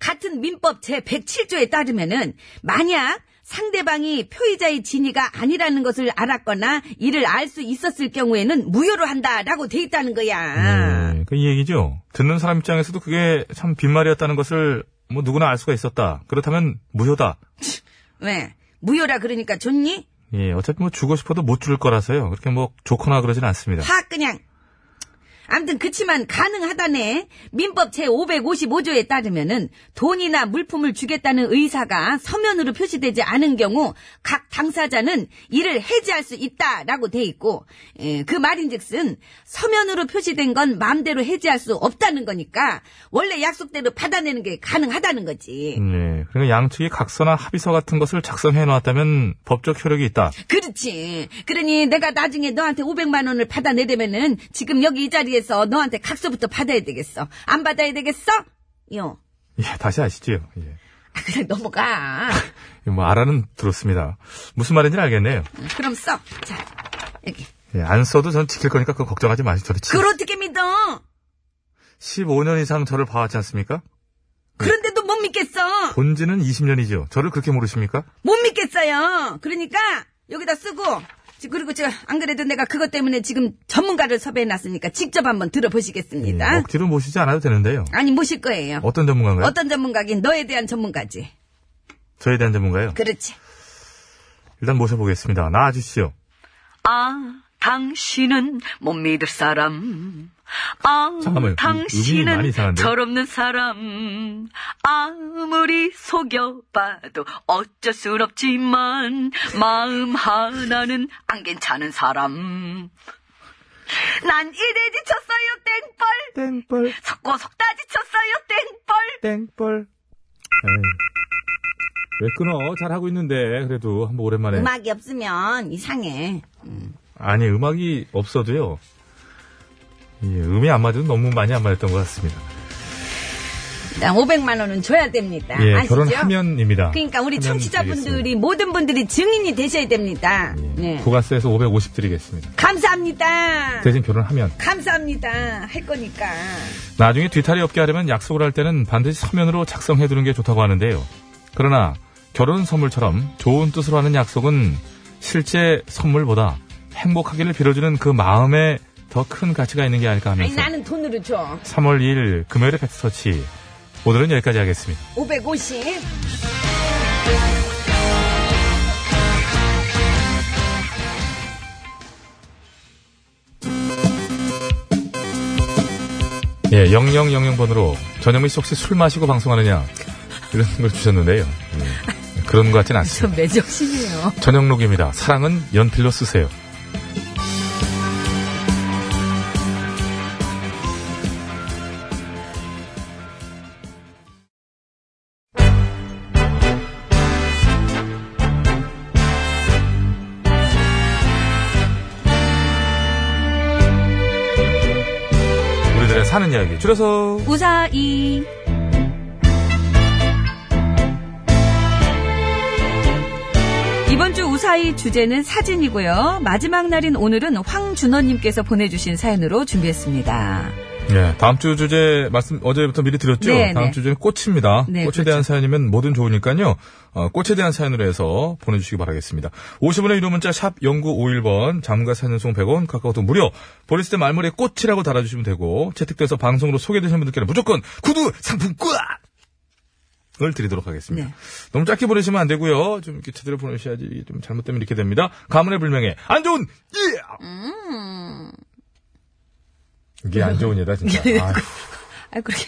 같은 민법 제 107조에 따르면은 만약 상대방이 표의자의 진위가 아니라는 것을 알았거나 이를 알 수 있었을 경우에는 무효로 한다라고 돼 있다는 거야.
네, 그이 얘기죠. 듣는 사람 입장에서도 그게 참 빈말이었다는 것을 뭐 누구나 알 수가 있었다. 그렇다면 무효다.
왜? 무효라 그러니까 좋니?
예, 어차피 뭐 주고 싶어도 못 줄 거라서요. 그렇게 뭐 좋거나 그러진 않습니다.
확 그냥. 암튼 그치만 가능하다네. 민법 제555조에 따르면은 돈이나 물품을 주겠다는 의사가 서면으로 표시되지 않은 경우 각 당사자는 이를 해지할 수 있다라고 돼 있고 예, 그 말인즉슨 서면으로 표시된 건 마음대로 해지할 수 없다는 거니까 원래 약속대로 받아내는 게 가능하다는 거지.
네. 그리고 양측이 각서나 합의서 같은 것을 작성해 놓았다면 법적 효력이 있다.
그렇지. 그러니 내가 나중에 너한테 500만 원을 받아내려면은 지금 여기 이 자리에서 너한테 각서부터 받아야 되겠어. 안 받아야 되겠어? 요.
예, 다시 아시죠? 예.
아, 그냥 넘어가.
뭐 알아는 들었습니다. 무슨 말인지 는 알겠네요.
그럼 써. 자, 여기.
예, 안 써도 전 지킬 거니까 그거 걱정하지 마시죠. 저를 치-
그걸 어떻게 믿어?
15년 이상 저를 봐왔지 않습니까?
그런데도 못 믿겠어.
본지는 20년이죠. 저를 그렇게 모르십니까?
못 믿겠어요. 그러니까 여기다 쓰고. 지- 그리고 저 안 그래도 내가 그것 때문에 지금 전문가를 섭외해놨으니까 직접 한번 들어보시겠습니다.
예, 억지로 모시지 않아도 되는데요.
아니 모실 거예요.
어떤 전문가인가요?
어떤 전문가긴 너에 대한 전문가지.
저에 대한 전문가요?
그렇지.
일단 모셔보겠습니다. 나와주시죠.
아, 당신은 못 믿을 사람. 아,
잠깐만요. 음, 음이 많이
당신은
이상한데요?
철없는 사람. 아무리 속여봐도 어쩔 순 없지만 마음 하나는 안 괜찮은 사람. 난 이래 지쳤어요, 땡벌.
땡벌,
속고 속다 지쳤어요, 땡벌.
땡벌. 왜 끊어? 잘하고 있는데. 그래도 한번 오랜만에.
음악이 없으면 이상해.
아니, 음악이 없어도요. 예, 음이 안 맞아도 너무 많이 안 맞았던 것 같습니다.
일단 500만 원은 줘야 됩니다.
예,
아시죠?
결혼하면입니다.
그러니까 우리
하면
청취자분들이
드리겠습니다.
모든 분들이 증인이 되셔야 됩니다.
예,
네. 아.
부가세에서 550 드리겠습니다.
감사합니다.
대신 결혼하면.
감사합니다. 할 거니까.
나중에 뒤탈이 없게 하려면 약속을 할 때는 반드시 서면으로 작성해두는 게 좋다고 하는데요. 그러나 결혼 선물처럼 좋은 뜻으로 하는 약속은 실제 선물보다 행복하기를 빌어주는 그 마음에 더 큰 가치가 있는 게 아닐까
아니
하면서
나는 돈으로 줘.
3월 2일 금요일의 팩스터치 오늘은 여기까지 하겠습니다.
550.
예, 0000번으로 전영미 씨 혹시 술 마시고 방송하느냐 이런 걸 주셨는데요. 예, 그런 것 같진 않습니다.
전 매정신이에요.
전영록입니다. 사랑은 연필로 쓰세요. 우리들의 사는 이야기 줄여서
우사이.
이번 주 우사히 주제는 사진이고요. 마지막 날인 오늘은 황준호님께서 보내주신 사연으로 준비했습니다.
예, 다음 주 주제 말씀 어제부터 미리 드렸죠.
네,
다음
네.
주 주제는 꽃입니다.
네,
꽃에
그렇죠.
대한 사연이면 뭐든 좋으니까요. 어, 꽃에 대한 사연으로 해서 보내주시기 바라겠습니다. 50원의 유료 문자 샵 0951번 잠과 사연송 100원 카카오톡 무료 보냈을 때 말머리에 꽃이라고 달아주시면 되고 채택돼서 방송으로 소개되신 분들께는 무조건 구두 상품권! 을 드리도록 하겠습니다.
네.
너무 짧게 보내시면 안 되고요. 좀 이렇게 제대로 보내셔야지 이게 좀 잘못되면 이렇게 됩니다. 가문의 불명예 안 좋은 예!
음.
이게 안 좋은 예다 진짜. 아이고.
아 그렇게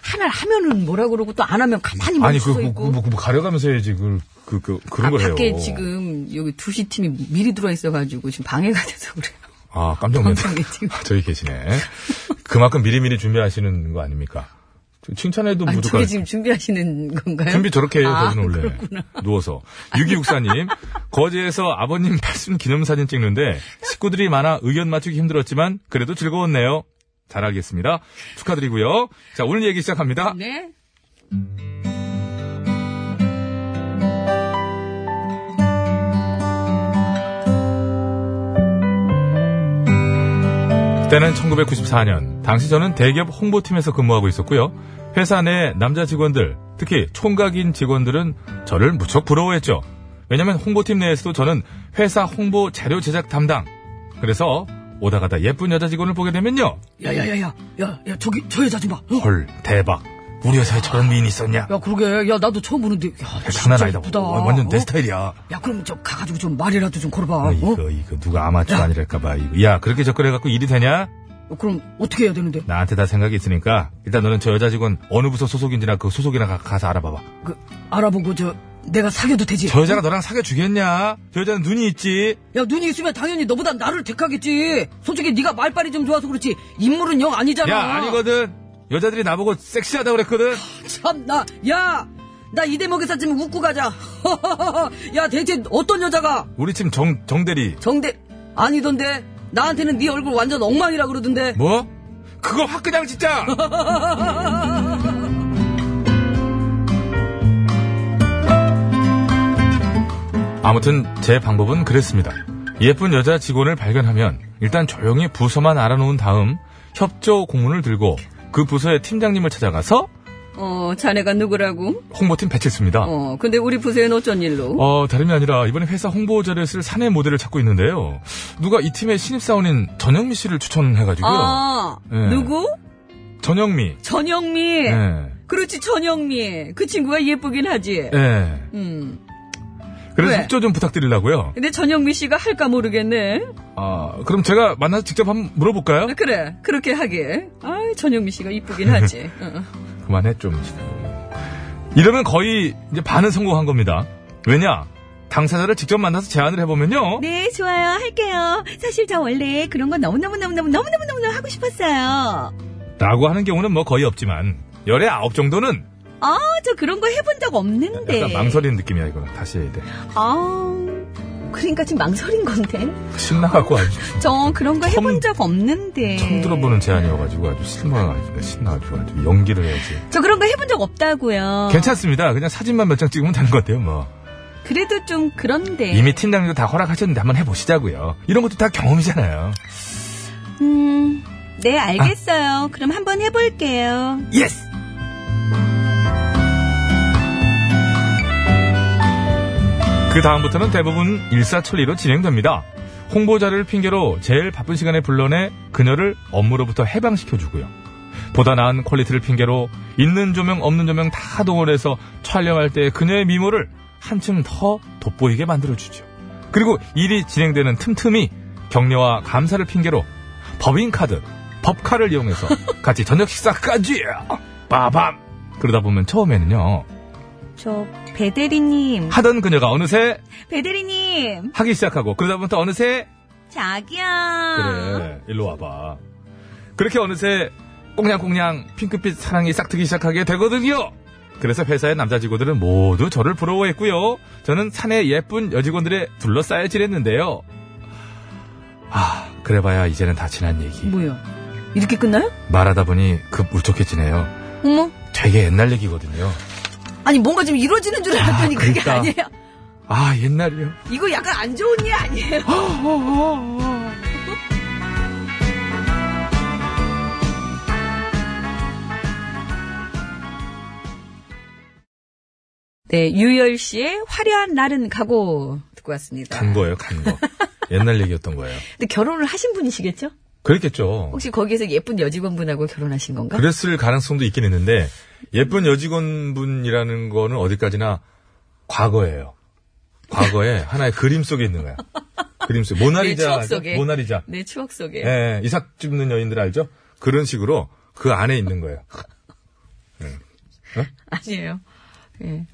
하나 하면은 뭐라 그러고 또 안 하면 가만히
아니,
멈춰
그, 뭐,
있고.
뭐, 뭐 가려가면서 해야지, 그, 그, 그, 그런
아,
걸 해요.
밖에 지금 여기 2시 팀이 미리 들어와 있어가지고 지금 방해가 돼서 그래요.
아, 깜짝 놀랐다.
방송에 지금.
아, 저기 계시네. 그만큼 미리미리 준비하시는 거 아닙니까? 저 칭찬해도
아니,
부족할
저게 지금 준비하시는 건가요?
준비 저렇게 해요,
아,
저는 원래. 누워서. 6264님, 거제에서 아버님 팔순 기념사진 찍는데 식구들이 많아 의견 맞추기 힘들었지만 그래도 즐거웠네요. 잘 알겠습니다. 축하드리고요. 자, 오늘 얘기 시작합니다.
네.
때는 1994년 당시 저는 대기업 홍보팀에서 근무하고 있었고요. 회사 내 남자 직원들, 특히 총각인 직원들은 저를 무척 부러워했죠. 왜냐면 홍보팀 내에서도 저는 회사 홍보 자료 제작 담당. 그래서 오다 가다 예쁜 여자 직원을 보게 되면요.
야야야야, 야, 야 저기 저 여자 좀 봐. 어?
헐, 대박. 우리 회사에 저런 미인이 있었냐?
야, 그러게. 야, 나도 처음 보는데. 야,
야,
진짜
장난 아니다.
이쁘다.
와, 완전 내
어?
스타일이야.
야, 그럼 좀 가가지고 좀 말이라도 좀 걸어봐.
어,
어?
이거 이거 누가 아마추어 아니랄까봐 이거. 야 그렇게 접근해갖고 일이 되냐?
어, 그럼 어떻게 해야 되는데?
나한테 다 생각이 있으니까 일단 너는 저 여자 직원 어느 부서 소속인지나 그 소속이나 가, 가서 알아봐봐.
그, 알아보고 저, 내가 사귀어도 되지?
저 여자가 너랑 사귀어 주겠냐? 저 여자는 눈이 있지.
야, 눈이 있으면 당연히 너보다 나를 택하겠지. 솔직히 네가 말빨이 좀 좋아서 그렇지. 인물은 영 아니잖아.
야 아니거든. 여자들이 나보고 섹시하다 그랬거든.
참, 나, 야! 나 이 대목에서 지금 웃고 가자. 야, 대체 어떤 여자가
우리 팀 정 정대리
정대, 아니던데. 나한테는 네 얼굴 완전 엉망이라 그러던데.
뭐? 그거 확 그냥 진짜. 아무튼 제 방법은 그랬습니다. 예쁜 여자 직원을 발견하면 일단 조용히 부서만 알아놓은 다음 협조 공문을 들고 그 부서의 팀장님을 찾아가서
어, 자네가 누구라고?
홍보팀 배치했습니다. 어.
어, 근데 우리 부서엔 어쩐 일로?
다름이 아니라 이번에 회사 홍보 자료에 쓸 사내 모델을 찾고 있는데요. 누가 이 팀의 신입사원인 전영미 씨를 추천해가지고요.
아,
예.
누구?
전영미.
전영미.
예.
그렇지, 전영미. 그 친구가 예쁘긴 하지.
예.
음.
그래서
왜?
협조 좀 부탁드리려고요.
근데 전영미 씨가 할까 모르겠네.
아, 그럼 제가 만나서 직접 한번 물어볼까요?
아, 그래, 그렇게 하게. 아, 전영미 씨가 이쁘긴 하지. 어.
그만해 좀. 이러면 거의 이제 반은 성공한 겁니다. 왜냐? 당사자를 직접 만나서 제안을 해보면요.
네, 좋아요. 할게요. 사실 저 원래 그런 거 너무너무너무너무너무너무너무 하고 싶었어요.
라고 하는 경우는 뭐 거의 없지만 열에 아홉 정도는
아, 저 그런 거 해본 적 없는데.
예.
약간 망설이는 느낌이야 이거는 다시 해야 돼.
아, 그러니까 지금 망설인 건데.
신나갖고 아주
저 그런 거
처음-
해본 적 없는데.
처음 들어보는 제안이어가지고 아주 신나가지고 신나가지고 아주 연기를 해야지.
저 그런 거 해본 적 없다고요.
괜찮습니다. 그냥 사진만 몇 장 찍으면 되는 것 같아요 뭐.
그래도 좀 그런데.
이미 팀장님도 다 허락하셨는데 한번 해보시자고요. 이런 것도 다 경험이잖아요.
음, 네, 알겠어요. 그럼 한번 해볼게요.
예스! 그 다음부터는 대부분 일사천리로 진행됩니다. 홍보자를 핑계로 제일 바쁜 시간에 불러내 그녀를 업무로부터 해방시켜주고요. 보다 나은 퀄리티를 핑계로 있는 조명 없는 조명 다 동원해서 촬영할 때 그녀의 미모를 한층 더 돋보이게 만들어주죠. 그리고 일이 진행되는 틈틈이 격려와 감사를 핑계로 법인카드, 법카를 이용해서 같이 저녁 식사까지 빠밤 그러다 보면 처음에는요
저, 배대리님.
하던 그녀가 어느새
배대리님.
하기 시작하고 그러다 보면 또 어느새
자기야.
아.
그래 일로 와봐 그렇게 어느새 꽁냥꽁냥 핑크빛 사랑이 싹트기 시작하게 되거든요 그래서 회사의 남자 직원들은 모두 저를 부러워했고요 저는 산의 예쁜 여직원들에 둘러싸여 지냈는데요 아 그래봐야 이제는 다 지난 얘기
뭐야? 이렇게 끝나요?
말하다 보니 급 울적해지네요
어머.
되게 옛날 얘기거든요
아니, 뭔가 좀 이루어지는 줄 알았더니
아,
그게
그러니까.
아니에요.
아 옛날이요
이거 약간 안 좋은 일 아니에요? 네, 유열 씨의 화려한 날은 가고 듣고 왔습니다.
간 거예요, 간 거. 옛날 얘기였던 거예요.
근데 결혼을 하신 분이시겠죠?
그랬겠죠.
혹시 거기에서 예쁜 여직원분하고 결혼하신 건가?
그랬을 가능성도 있긴 있는데 예쁜 여직원분이라는 거는 어디까지나 과거예요. 과거에 하나의 그림 속에 있는 거야. 그림 속에 모나리자
네, 추억
알죠?
속에.
모나리자.
네, 추억 속에.
예, 이삭 줍는 여인들 알죠? 그런 식으로 그 안에 있는 거예요.
아니에요. 예.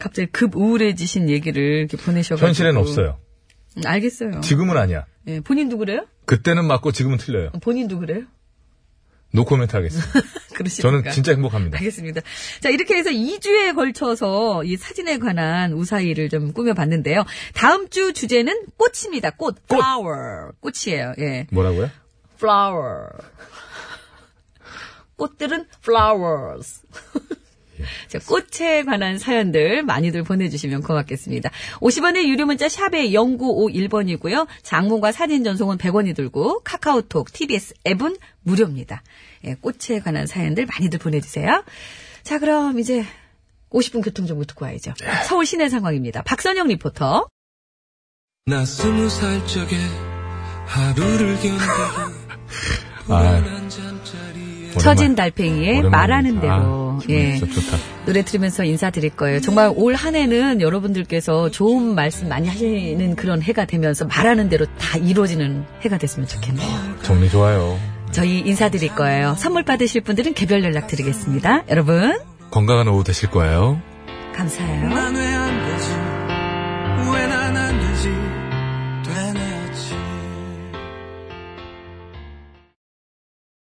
갑자기 급 우울해지신 얘기를 이렇게 보내셔가지고.
현실엔 없어요.
음, 알겠어요.
지금은 아니야.
예, 본인도 그래요? 어,
그때는 맞고 지금은 틀려요.
본인도 그래요?
노코멘트 하겠습니다.
그러시니까.
저는 진짜 행복합니다.
알겠습니다. 자, 이렇게 해서 2주에 걸쳐서 이 사진에 관한 우사히를 좀 꾸며봤는데요. 다음 주 주제는 꽃입니다. 꽃. flower. 꽃이에요. 예.
뭐라고요?
flower. 꽃들은 flowers. 자, 꽃에 관한 사연들 많이들 보내주시면 고맙겠습니다. 50원의 유료 문자 샵에 0951번이고요. 장문과 사진 전송은 100원이 들고 카카오톡, TBS 앱은 무료입니다. 예, 꽃에 관한 사연들 많이들 보내주세요. 자, 그럼 이제 50분 교통정보 듣고 와야죠.
네.
서울 시내 상황입니다. 박선영 리포터.
나 스무 살 적에 하루를 견디기
아유,
처진 달팽이의
오랜만에
네, 말하는
보니까.
대로.
아, 기분이
예.
진짜 좋다.
노래 들으면서 인사드릴 거예요. 정말 올 한 해는 여러분들께서 좋은 말씀 많이 하시는 그런 해가 되면서 말하는 대로 다 이루어지는 해가 됐으면 좋겠네요.
정리 좋아요.
저희 인사드릴 거예요. 선물 받으실 분들은 개별 연락 드리겠습니다. 여러분,
건강한 오후 되실 거예요.
감사해요.
난 왜 안 되지 왜 난 안 되지